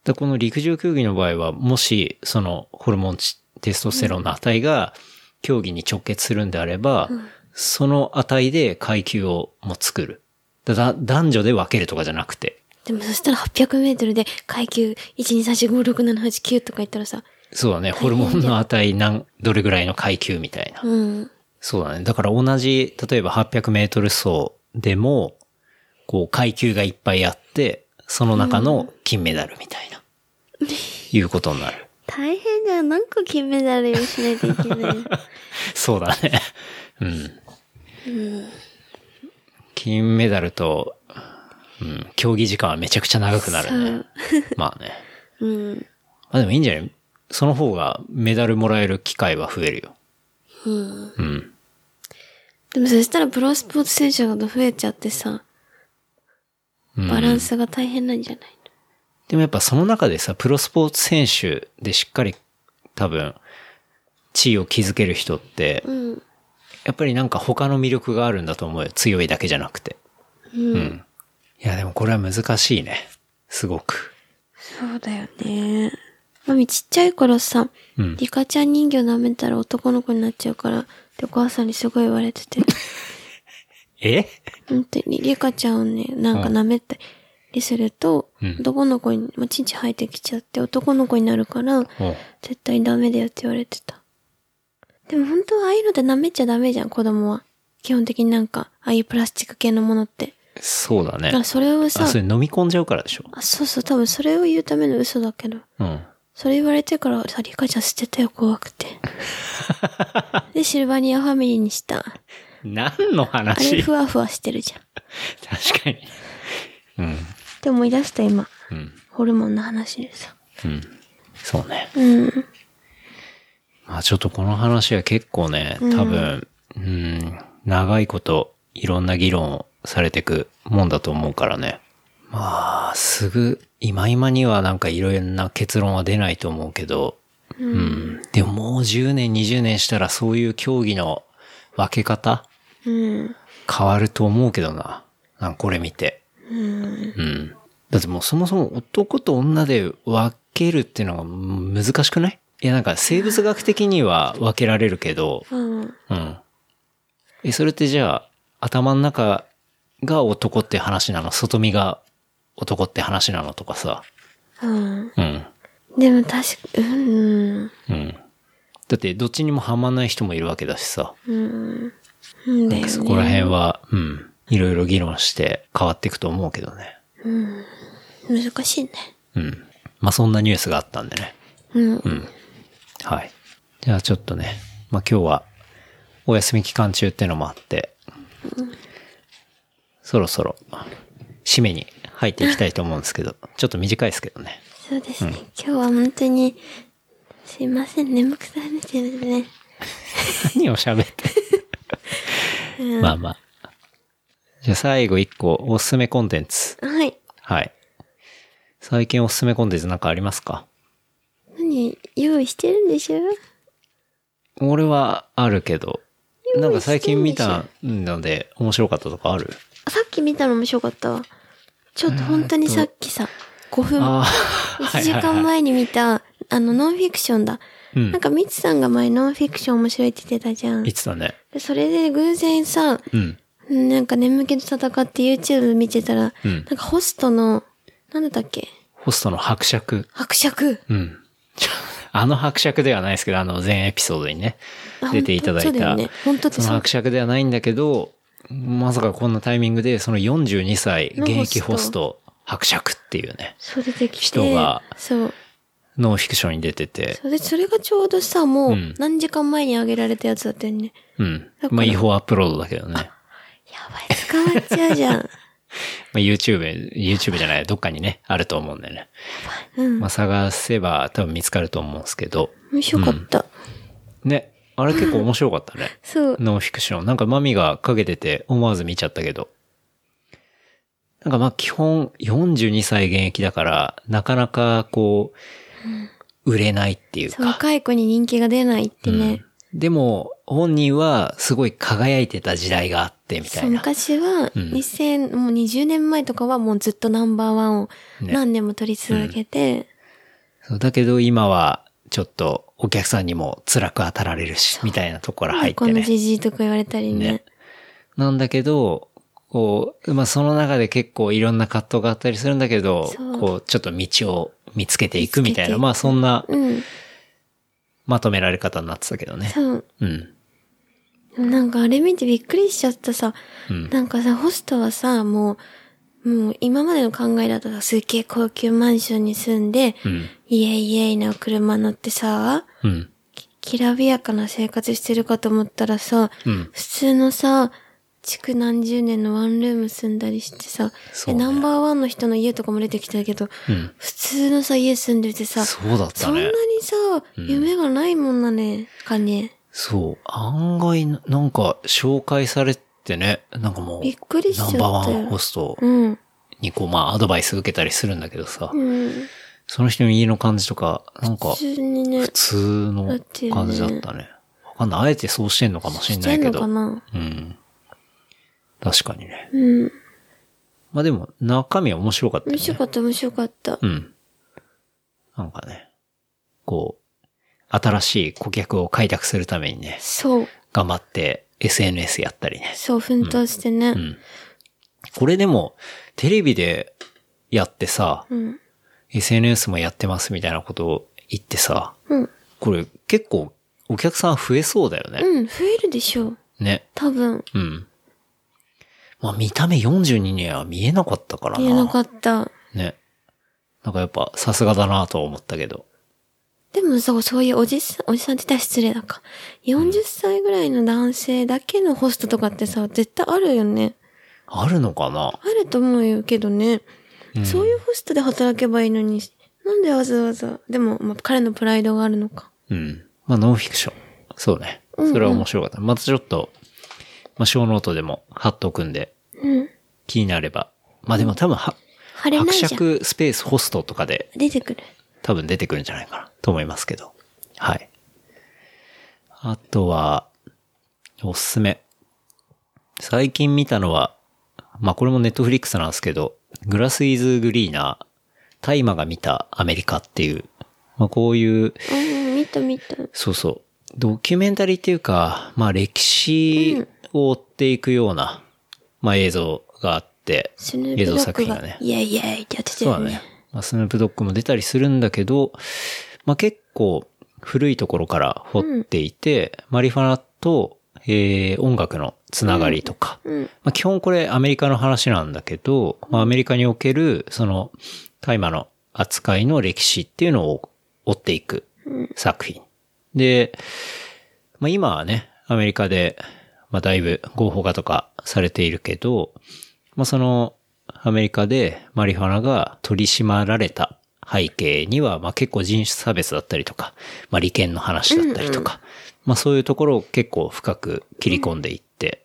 Speaker 2: で、この陸上競技の場合は、もし、その、ホルモン値、テストステロンの値が、競技に直結するんであれば、その値で階級をもう作る。だだ、男女で分けるとかじゃなくて。
Speaker 3: でもそしたら800メートルで階級123456789とか言ったらさ、
Speaker 2: そうだね、ホルモンの値何、どれぐらいの階級みたいな。
Speaker 3: うん。
Speaker 2: そうだね。だから同じ、例えば800メートル走でも、こう階級がいっぱいあって、その中の金メダルみたいな、いうことになる。
Speaker 3: 大変だよ。何個金メダル用意しないといけない。
Speaker 2: そうだね。うん。金メダルと、うん、競技時間はめちゃくちゃ長くなるね。まあね。
Speaker 3: うん。
Speaker 2: まあでもいいんじゃないその方がメダルもらえる機会は増えるよ。うん。
Speaker 3: でもそしたらプロスポーツ選手が増えちゃってさ、
Speaker 2: うん。
Speaker 3: バランスが大変なんじゃない
Speaker 2: でもやっぱその中でさ、プロスポーツ選手でしっかり多分、地位を築ける人って、
Speaker 3: のうん。
Speaker 2: やっぱりなんか他の魅力があるんだと思うよ。強いだけじゃなくて。
Speaker 3: うん
Speaker 2: うん。いやでもこれは難しいね。すごく。
Speaker 3: そうだよね。マミちっちゃい頃さ、
Speaker 2: うん
Speaker 3: リカちゃん人形舐めたら男の子になっちゃうから、ってお母さんにすごい言われて て。
Speaker 2: え
Speaker 3: 本当に、リカちゃんをね、なんか舐めたりすると、
Speaker 2: うん
Speaker 3: 男の子に、まあ、チンチン生えてきちゃって男の子になるから、
Speaker 2: おう
Speaker 3: 絶対ダメだよって言われてた。でも本当はああいうのって舐めちゃダメじゃん、子供は。基本的になんか、ああいうプラスチック系のものって。
Speaker 2: そうだね
Speaker 3: だか。らそれを
Speaker 2: あ、
Speaker 3: さ、
Speaker 2: それ飲み込んじゃうからでしょ。
Speaker 3: あそうそう、多分それを言うための嘘だけど。
Speaker 2: うん。
Speaker 3: それ言われてからさ、リカちゃん捨てたよ、怖 くて。で、シルバニアファミリーにした。
Speaker 2: 何の
Speaker 3: あれ、
Speaker 2: 話
Speaker 3: ふわふわしてるじゃん。っ
Speaker 2: 確かに。うん。
Speaker 3: て思い出した、今。
Speaker 2: うん。
Speaker 3: ホルモンの話でさ。
Speaker 2: うん。そうね。
Speaker 3: うん。
Speaker 2: まあちょっとこの話は結構ね、多分、うん、長いこといろんな議論をされてくもんだと思うからね。まあ、すぐ、今今にはなんかいろんな結論は出ないと思うけど、うん、でももう10年、20年したらそういう競技の分け方
Speaker 3: うん。
Speaker 2: 変わると思うけどな。なんかこれ見て。
Speaker 3: うん。
Speaker 2: うん。だってもうそもそも男と女で分けるっていうのが難しくないいやなんか生物学的には分けられるけど、
Speaker 3: うん。
Speaker 2: うん。え、それってじゃあ頭の中が男って話なの外見が男って話なのとかさ。
Speaker 3: うん。
Speaker 2: うん。
Speaker 3: でも確か、うん。
Speaker 2: うん。だってどっちにもハマんない人もいるわけだしさ。
Speaker 3: うん。うんだよね。
Speaker 2: そこら辺は、うん。いろいろ議論して変わっていくと思うけどね。
Speaker 3: 難しいね。
Speaker 2: うん。まあ、そんなニュースがあったんでね。
Speaker 3: うん。
Speaker 2: はい。じゃあちょっとね、まあ、今日はお休み期間中ってのもあって、そろそろ、締めに入っていきたいと思うんですけど、 ちょっと短いですけどね。
Speaker 3: そうですね。今日は本当に、すいません、眠くされてるね。
Speaker 2: 何を喋って。まあまあ。じゃあ最後一個、おすすめコンテンツ。
Speaker 3: はい。
Speaker 2: はい。最近おすすめコンテンツなんかありますか
Speaker 3: 何、用意してるんでしょ
Speaker 2: 俺はあるけど、なんか最近見たので面白かったとかある
Speaker 3: あさっき見たの面白かったわ。ちょっと本当にさっきさ、5分、
Speaker 2: ああ、は
Speaker 3: 1
Speaker 2: いはい
Speaker 3: 時
Speaker 2: はい
Speaker 3: 間前に見た、あの、ノンフィクションだ。
Speaker 2: うん
Speaker 3: なんか、みつさんが前ノンフィクション面白いって言ってたじゃん
Speaker 2: 言っ。てたね。
Speaker 3: でそれで偶然さ、
Speaker 2: うん。
Speaker 3: なんか眠気と戦って YouTube 見てたら、
Speaker 2: うん
Speaker 3: なんかホストの、なんだったっけ
Speaker 2: ホストの伯爵。
Speaker 3: 伯爵。
Speaker 2: うん。 ちょあの伯爵ではないですけど、あの前エピソードにね
Speaker 3: あ、
Speaker 2: 出ていただい
Speaker 3: 本当そうだ
Speaker 2: た。
Speaker 3: よね本当
Speaker 2: そ
Speaker 3: だ
Speaker 2: の伯爵ではないんだけど、まさかこんなタイミングで、その42歳、
Speaker 3: の
Speaker 2: 現役ホスト、伯爵っていうね、
Speaker 3: そう出てきて。
Speaker 2: 人が
Speaker 3: そう。
Speaker 2: ノンフィクションに出てて
Speaker 3: そ、れで、それがちょうどさ、もうんう何時間前に上げられたやつだったよね。
Speaker 2: うん
Speaker 3: だ。から
Speaker 2: まあ違法アップロードだけどね。ま
Speaker 3: やばい、捕まっちゃうじ ゃん。
Speaker 2: あ YouTube、YouTube じゃない、どっかにね、あると思うんだよね。
Speaker 3: うん。
Speaker 2: まあ探せば多分見つかると思うんですけど、
Speaker 3: 面白かった。
Speaker 2: ね、あれ結構面白かった ね。
Speaker 3: そう。
Speaker 2: ノンフィクション。なんかマミがかけてて思わず見ちゃったけど。なんかまあ基本42歳現役だから、なかなかこう、売れないっていう
Speaker 3: そう
Speaker 2: か。
Speaker 3: 若い子に人気が出ないってね。
Speaker 2: でも本人はすごい輝いてた時代があってみた
Speaker 3: そ
Speaker 2: いうな。
Speaker 3: 昔は、
Speaker 2: うん
Speaker 3: 2000、もう20年前とかはもうずっとナンバーワンを
Speaker 2: ね
Speaker 3: 何年も取り続けて、
Speaker 2: そうだけど今はちょっとお客さんにも辛く当たられるし、みたいなところから入っ
Speaker 3: こ
Speaker 2: て
Speaker 3: の
Speaker 2: ね。
Speaker 3: じじいとか言われたりね。
Speaker 2: ねなんだけど、こう、まあ、その中で結構いろんな葛藤があったりするんだけど
Speaker 3: そ、う
Speaker 2: こう、ちょっと道を見つけていくみたい
Speaker 3: 見つけてい
Speaker 2: な、
Speaker 3: く
Speaker 2: まあ、そんな
Speaker 3: うん。
Speaker 2: まとめられ方になってたけどね。
Speaker 3: そう。
Speaker 2: うん。
Speaker 3: でもなんかあれ見てびっくりしちゃったさ。
Speaker 2: うん
Speaker 3: なんかさ、ホストはさ、もう、もう今までの考えだとさ、すっげえ高級マンションに住んで、
Speaker 2: うん。
Speaker 3: イエイイエイな車乗ってさ、
Speaker 2: うん。
Speaker 3: きらびやかな生活してるかと思ったらさ、
Speaker 2: うん。
Speaker 3: 普通のさ、築何十年のワンルーム住んだりしてさ、
Speaker 2: そ
Speaker 3: で
Speaker 2: うね
Speaker 3: ナンバーワンの人の家とかも出てきたけど、
Speaker 2: うん。
Speaker 3: 普通のさ、家住んでてさ、
Speaker 2: そうだった
Speaker 3: そんな
Speaker 2: ね
Speaker 3: に。さ、夢がないもんだね、かね。
Speaker 2: そう。案外な、なんか、紹介されてね、なんかもう、
Speaker 3: びっくりしちゃっ
Speaker 2: ナ
Speaker 3: た
Speaker 2: ンバー
Speaker 3: よ
Speaker 2: ワンホスト
Speaker 3: うん。
Speaker 2: にこう、まあ、アドバイス受けたりするんだけどさ、
Speaker 3: うん。
Speaker 2: その人の家の感じとか、なんか、
Speaker 3: 普通にね
Speaker 2: 普、通の感じだったね。わかんない。あえてそうしてんのかもしれ
Speaker 3: し
Speaker 2: な
Speaker 3: て
Speaker 2: い
Speaker 3: ん
Speaker 2: け
Speaker 3: の
Speaker 2: ど。
Speaker 3: かな
Speaker 2: うん。確かにね。
Speaker 3: うん。
Speaker 2: まあでも、中身は面白かったよ
Speaker 3: 面
Speaker 2: ね。
Speaker 3: 白かった、面白かった
Speaker 2: う。ん。なんかね、こう、新しい顧客を開拓するためにね、
Speaker 3: そう。
Speaker 2: 頑張って SNS やったりね。
Speaker 3: そう、奮闘してね。
Speaker 2: んこれでも、テレビでやってさ、
Speaker 3: うん。
Speaker 2: SNS もやってますみたいなことを言ってさ、
Speaker 3: うん。
Speaker 2: これ結構お客さん増えそうだよね。
Speaker 3: うん、増えるでしょう。
Speaker 2: ね。
Speaker 3: 多分。
Speaker 2: うん。まあ見た目42には見えなかったからな。
Speaker 3: 見えなかった。
Speaker 2: ね。なんかやっぱさすがだなとは思ったけど。
Speaker 3: でもさ、そういうおじさん、おじさんって言ったら失礼だか。40歳ぐらいの男性だけのホストとかってさ、絶対あるよね。
Speaker 2: あるのかな
Speaker 3: あると思うよけどね。
Speaker 2: うん
Speaker 3: そういうホストで働けばいいのに、なんでわざわざ。でも、まあ、彼のプライドがあるのか。
Speaker 2: うん。まあノンフィクション。そうね。それは面白かった。またちょっと、まあ小ノートでも貼っとくんで、
Speaker 3: うん。
Speaker 2: 気になれば。まあでも多分は、
Speaker 3: 晴れな
Speaker 2: 伯
Speaker 3: いじゃん。
Speaker 2: 爵スペースホストとかで
Speaker 3: 出てくる。
Speaker 2: 多分出てくるんじゃないかなと思いますけど。はい。あとは、おすすめ。最近見たのは、まあ、これもネットフリックスなんですけど、グラスイズグリーナー、大麻が見たアメリカっていう、まあ、こういう、
Speaker 3: うん、見た見た。
Speaker 2: そうそう、ドキュメンタリーっていうか、まあ、歴史を追っていくような、まあ、映像があって、
Speaker 3: スヌー
Speaker 2: 映
Speaker 3: プド
Speaker 2: 像
Speaker 3: ッ
Speaker 2: 作
Speaker 3: グ
Speaker 2: 品が
Speaker 3: が
Speaker 2: ね、。
Speaker 3: イエイイエイってやってた
Speaker 2: そう
Speaker 3: よ
Speaker 2: だね
Speaker 3: ね。。
Speaker 2: まあ、スヌープドッグも出たりするんだけど、まあ、結構古いところから掘っていて、マリファナと、えー音楽のつながりとか、
Speaker 3: うん。
Speaker 2: まあ、基本これアメリカの話なんだけど、まあ、アメリカにおける、その、大麻の扱いの歴史っていうのを追っていく作品。で、まあ、今はね、アメリカで、まあだいぶ合法化とかされているけど、まあその、アメリカでマリファナが取り締まられた背景には、まあ結構人種差別だったりとか、まあ利権の話だったりとか、まあそういうところを結構深く切り込んでいって、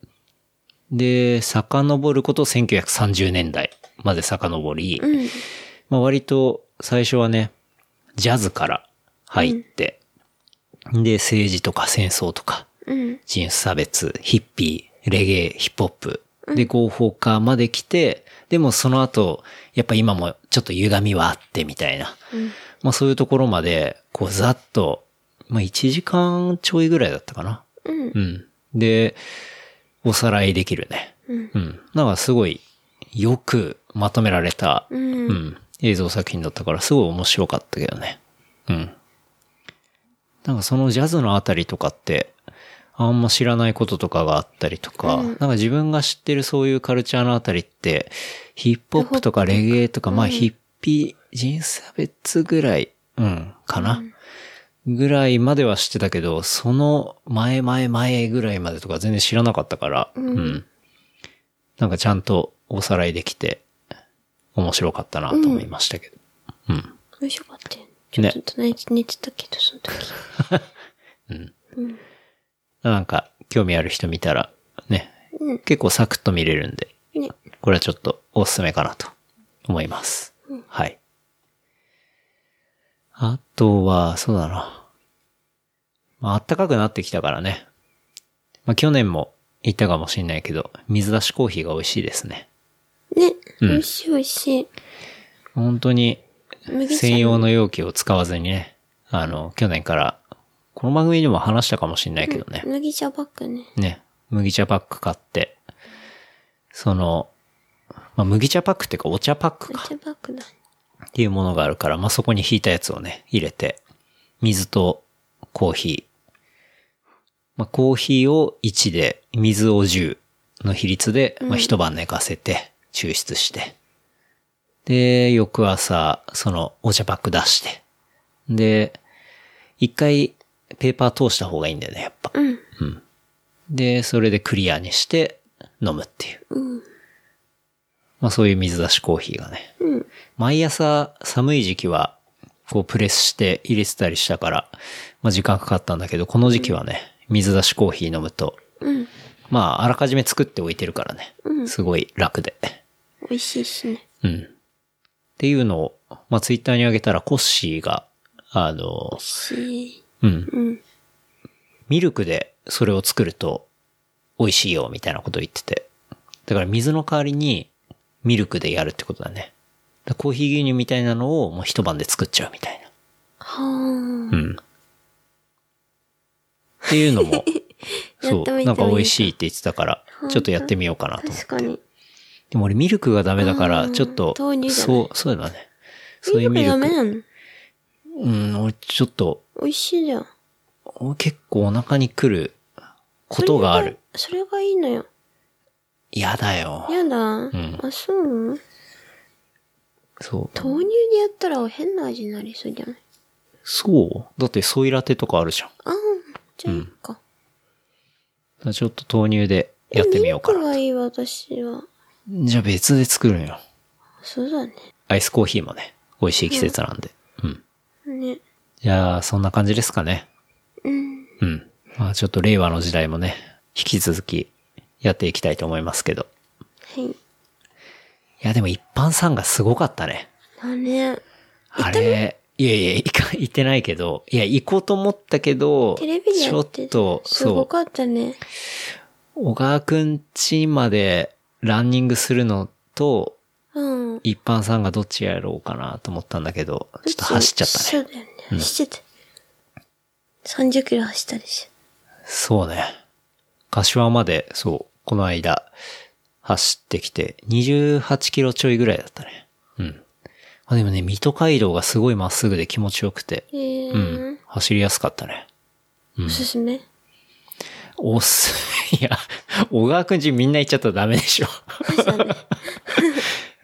Speaker 2: で、遡ること1930年代まで遡り、
Speaker 3: うん。
Speaker 2: まあ割と最初はね、ジャズから入って、で、政治とか戦争とか、
Speaker 3: うん。
Speaker 2: 人種差別、ヒッピー、レゲエ、ヒップホップ。で、合法化まで来て、でもその後、やっぱ今もちょっと歪みはあってみたいな。まあそういうところまで、こうざっと、まあ1時間ちょいぐらいだったかな。
Speaker 3: うん。
Speaker 2: うん。で、おさらいできるね。
Speaker 3: うん
Speaker 2: うん。なんかすごい、よくまとめられた、
Speaker 3: うん
Speaker 2: うん。映像作品だったから、すごい面白かったけどね。うん。なんかそのジャズのあたりとかって、あんま知らないこととかがあったりとか、なんか自分が知ってるそういうカルチャーのあたりって、ヒップホップとかレゲエとか、まあヒッピー、人種差別ぐらい、うん、かな。ぐらいまでは知ってたけど、その前前前ぐらいまでとか全然知らなかったから、うん。なんかちゃんとおさらいできて、面白かったなと思いましたけど。うん。
Speaker 3: よいしょかって。ちょっと寝て寝てたけど、その時。
Speaker 2: なんか、興味ある人見たら、ね、
Speaker 3: うん
Speaker 2: 結構サクッと見れるんで、
Speaker 3: ね。
Speaker 2: これはちょっとおすすめかなと思います。はい。あとは、そうだな。まあ、暖かくなってきたからね。まあ、去年も言ったかもしれないけど、水出しコーヒーが美味しいですね。
Speaker 3: ね。
Speaker 2: うん
Speaker 3: 美味しい美味しい。
Speaker 2: 本当に
Speaker 3: 麦茶
Speaker 2: 専用の容器を使わずにね、あの、去年から、この番組でも話したかもしれないけどね。
Speaker 3: 麦茶バッグね。
Speaker 2: ね、麦茶パック買って、その、まあ、麦茶パックっていうかお茶パック
Speaker 3: 麦
Speaker 2: か
Speaker 3: 茶バッグだ。
Speaker 2: っていうものがあるから、まあ、そこに引いたやつをね、入れて、水とコーヒー。まあ、コーヒーを1で、水を10の比率で、まあ、一晩寝かせて、抽出して。で、翌朝、そのお茶パック出して。で、一回ペーパー通した方がいいんだよね、やっぱ。
Speaker 3: うん。
Speaker 2: で、それでクリアにして飲むっていう。まあそういう水出しコーヒーがね。
Speaker 3: うん。
Speaker 2: 毎朝寒い時期は、こうプレスして入れてたりしたから、まあ時間かかったんだけど、この時期はね、水出しコーヒー飲むと、
Speaker 3: うん。
Speaker 2: まああらかじめ作っておいてるからね。すごい楽で。
Speaker 3: 美味しいしね。
Speaker 2: うん。っていうのを、まあツイッターにあげたらコッシーが、あの、
Speaker 3: し、
Speaker 2: うん。
Speaker 3: うん。
Speaker 2: ミルクでそれを作ると美味しいよみたいなこと言ってて。だから水の代わりにミルクでやるってことだね。だからコーヒー牛乳みたいなのをもう一晩で作っちゃうみたい
Speaker 3: は
Speaker 2: な。うん。っていうの も、
Speaker 3: や
Speaker 2: そ
Speaker 3: ってみてもい
Speaker 2: う、
Speaker 3: いか
Speaker 2: なんか美味しいって言ってたから、ちょっとやってみようかな
Speaker 3: あ。
Speaker 2: と思
Speaker 3: 確
Speaker 2: う。
Speaker 3: かに。
Speaker 2: でも俺ミルクがダメだから、ちょっと、
Speaker 3: 豆乳じゃない
Speaker 2: そう、そうだね。そういうミル
Speaker 3: ダメ
Speaker 2: ク。
Speaker 3: なの
Speaker 2: うん、俺ちょっと、
Speaker 3: 美味しいじゃん。
Speaker 2: 俺結構お腹に来ることがある。
Speaker 3: それがいいのよ。
Speaker 2: 嫌だよ。
Speaker 3: やだ。
Speaker 2: ん
Speaker 3: あ、そう
Speaker 2: そう。
Speaker 3: 豆乳でやったら変な味になりそうじゃない
Speaker 2: そうだってソイラテとかあるじゃん。だか
Speaker 3: ああ、じゃあいいか。
Speaker 2: らちょっと豆乳でやってみようか
Speaker 3: ミルク
Speaker 2: な。
Speaker 3: がいい私は。
Speaker 2: じゃあ別で作るんよ。
Speaker 3: そうだね。
Speaker 2: アイスコーヒーもね、美味しい季節なんで。うん。
Speaker 3: ね。
Speaker 2: じゃあ、そんな感じですかね。
Speaker 3: うん。
Speaker 2: うん。まあちょっと令和の時代もね、引き続きやっていきたいと思いますけど。
Speaker 3: はい。
Speaker 2: いやでも一般さんがすごかったね。
Speaker 3: だね。
Speaker 2: あれ、いやいや、行か、行ってないけど、いや、行こうと思ったけど、
Speaker 3: テレビで
Speaker 2: ち
Speaker 3: や
Speaker 2: ょ
Speaker 3: っ
Speaker 2: ってと、
Speaker 3: す
Speaker 2: そう
Speaker 3: ご、かったね。
Speaker 2: 小川くん家までランニングするのと、
Speaker 3: うん。
Speaker 2: 一般さんがどっちやろうかなと思ったんだけど、ちょっと走っちゃったね。
Speaker 3: そうだよね。走ってた。30キロ走ったでし
Speaker 2: そうね。柏まで、そう、この間、走ってきて、28キロちょいぐらいだったね。うん。あでもね、水戸街道がすごいまっすぐで気持ちよくて、
Speaker 3: ょ。え
Speaker 2: う
Speaker 3: ー
Speaker 2: ん、走りやすかったね。
Speaker 3: おすすめ
Speaker 2: おっす、 いや、小川くんちみんな行っちゃったらダメでしょ。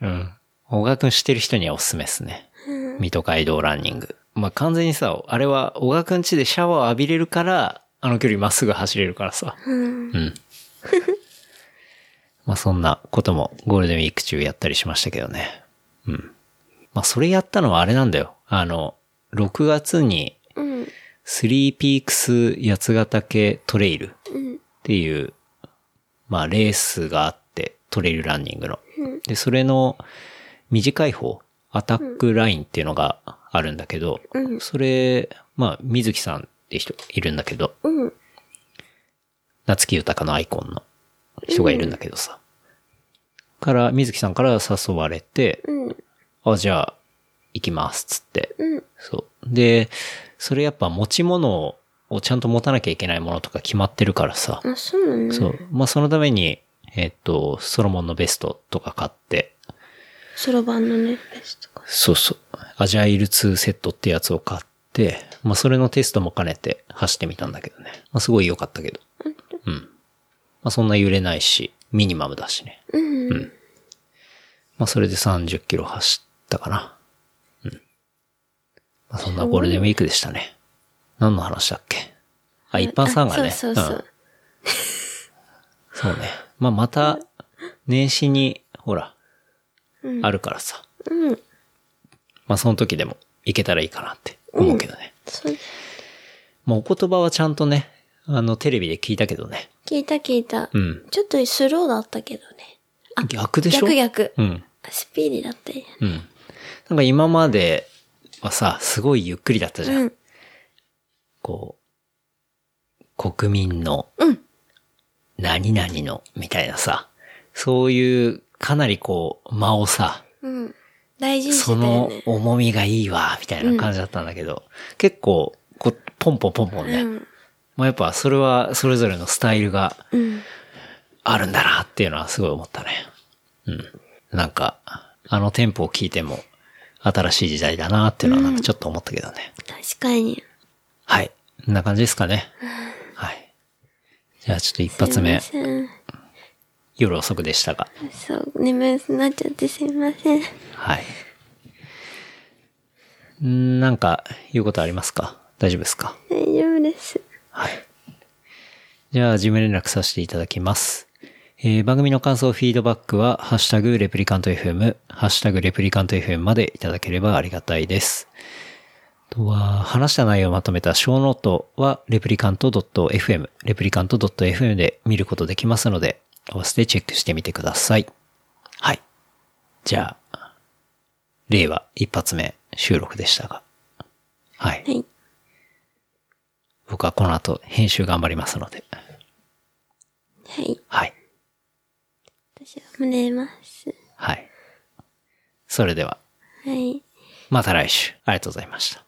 Speaker 2: うん。小川くん知ってる人にはおすすめですね。水戸街道ランニング。まあ、完全にさ、あれは小川くんちでシャワーを浴びれるから、あの距離まっすぐ走れるからさ。
Speaker 3: うん。
Speaker 2: うん。 まあそんなこともゴールデンウィーク中やったりしましたけどね。うん。まあそれやったのはあれなんだよ。あの、6月に
Speaker 3: うん。
Speaker 2: 3ピークス八ヶ岳トレイルっ
Speaker 3: うん。
Speaker 2: ていう、まあレースがあって、トレイルランニングの。で、それの短い方、アタックラインっていうのがあるんだけど、
Speaker 3: うん
Speaker 2: それ、まあ、水木さんって人いるんだけど、
Speaker 3: うん。
Speaker 2: 夏木豊のアイコンの人がいるんだけどさ。から、水木さんから誘われて、
Speaker 3: うん。
Speaker 2: あ、じゃあ、行きます、つって。
Speaker 3: うん。
Speaker 2: そう。で、それやっぱ持ち物をちゃんと持たなきゃいけないものとか決まってるからさ。
Speaker 3: あ、そうなの
Speaker 2: そう。まあ、そのために、えっと、ソロモンのベストとか買って、
Speaker 3: そろばんのね、ベストか。
Speaker 2: そうそう。アジャイル2セットってやつを買って、まあ、それのテストも兼ねて走ってみたんだけどね。まあ、すごい良かったけど。うん。まあ、そんな揺れないし、ミニマムだしね。
Speaker 3: うん。うん。
Speaker 2: まあ、それで30キロ走ったかな。うん。まあ、そんなゴールデンウィークでしたね。何の話だっけあ、一般参賀ね。
Speaker 3: そうそうそう。
Speaker 2: そうね。まあ、また、年始に、ほら、
Speaker 3: うん
Speaker 2: あるからさ。
Speaker 3: うん。
Speaker 2: まあ、その時でも行けたらいいかなって思うけどね。
Speaker 3: そう
Speaker 2: まあ、お言葉はちゃんとね、あの、テレビで聞いたけどね。
Speaker 3: 聞いた聞いた
Speaker 2: う。ん。
Speaker 3: ちょっとスローだったけどね。
Speaker 2: 逆でしょ
Speaker 3: 逆逆。
Speaker 2: うん。
Speaker 3: スピーディーだったよね。
Speaker 2: うん。なんか今まではさ、すごいゆっくりだったじゃん。
Speaker 3: うん。
Speaker 2: こう、国民の、
Speaker 3: うん
Speaker 2: 何々の、みたいなさ、そういう、かなりこう、間をさ、
Speaker 3: うん。大事にして
Speaker 2: そ
Speaker 3: たよ
Speaker 2: の
Speaker 3: ね。
Speaker 2: 重みがいいわ、みたいな感じだったんだけど、結構、こう、ポンポンポンポンね。
Speaker 3: うん。
Speaker 2: まあやっぱ、それは、それぞれのスタイルが
Speaker 3: うん。
Speaker 2: あるんだなっていうのはすごい思ったね。うん。なんか、あのテンポを聞いても、新しい時代だなっていうのはなんかちょっと思ったけどね。
Speaker 3: 確かに。
Speaker 2: はい。こんな感じですかね。はい。じゃあちょっと一発目、
Speaker 3: すいません。
Speaker 2: 夜遅くでしたが。
Speaker 3: そう、眠くなっちゃってすいません。
Speaker 2: はい。んなんか、言うことありますか大丈夫ですか
Speaker 3: 大丈夫です。
Speaker 2: じゃあ、事務連絡させていただきます。えー番組の感想、フィードバックは、ハッシュタグ、レプリカント FM、ハッシュタグ、レプリカント FM までいただければありがたいです。あとは、話した内容をまとめた小ノートは、レプリカント .fm、レプリカント .fm で見ることできますので、合わせてチェックしてみてください。はい。じゃあ、令和一発目収録でしたが。はい
Speaker 3: は。い。
Speaker 2: 僕はこの後、編集頑張りますので。
Speaker 3: はい。
Speaker 2: はい。
Speaker 3: 私はもう寝ます。
Speaker 2: はい。それでは、
Speaker 3: はい。
Speaker 2: また来週、ありがとうございました。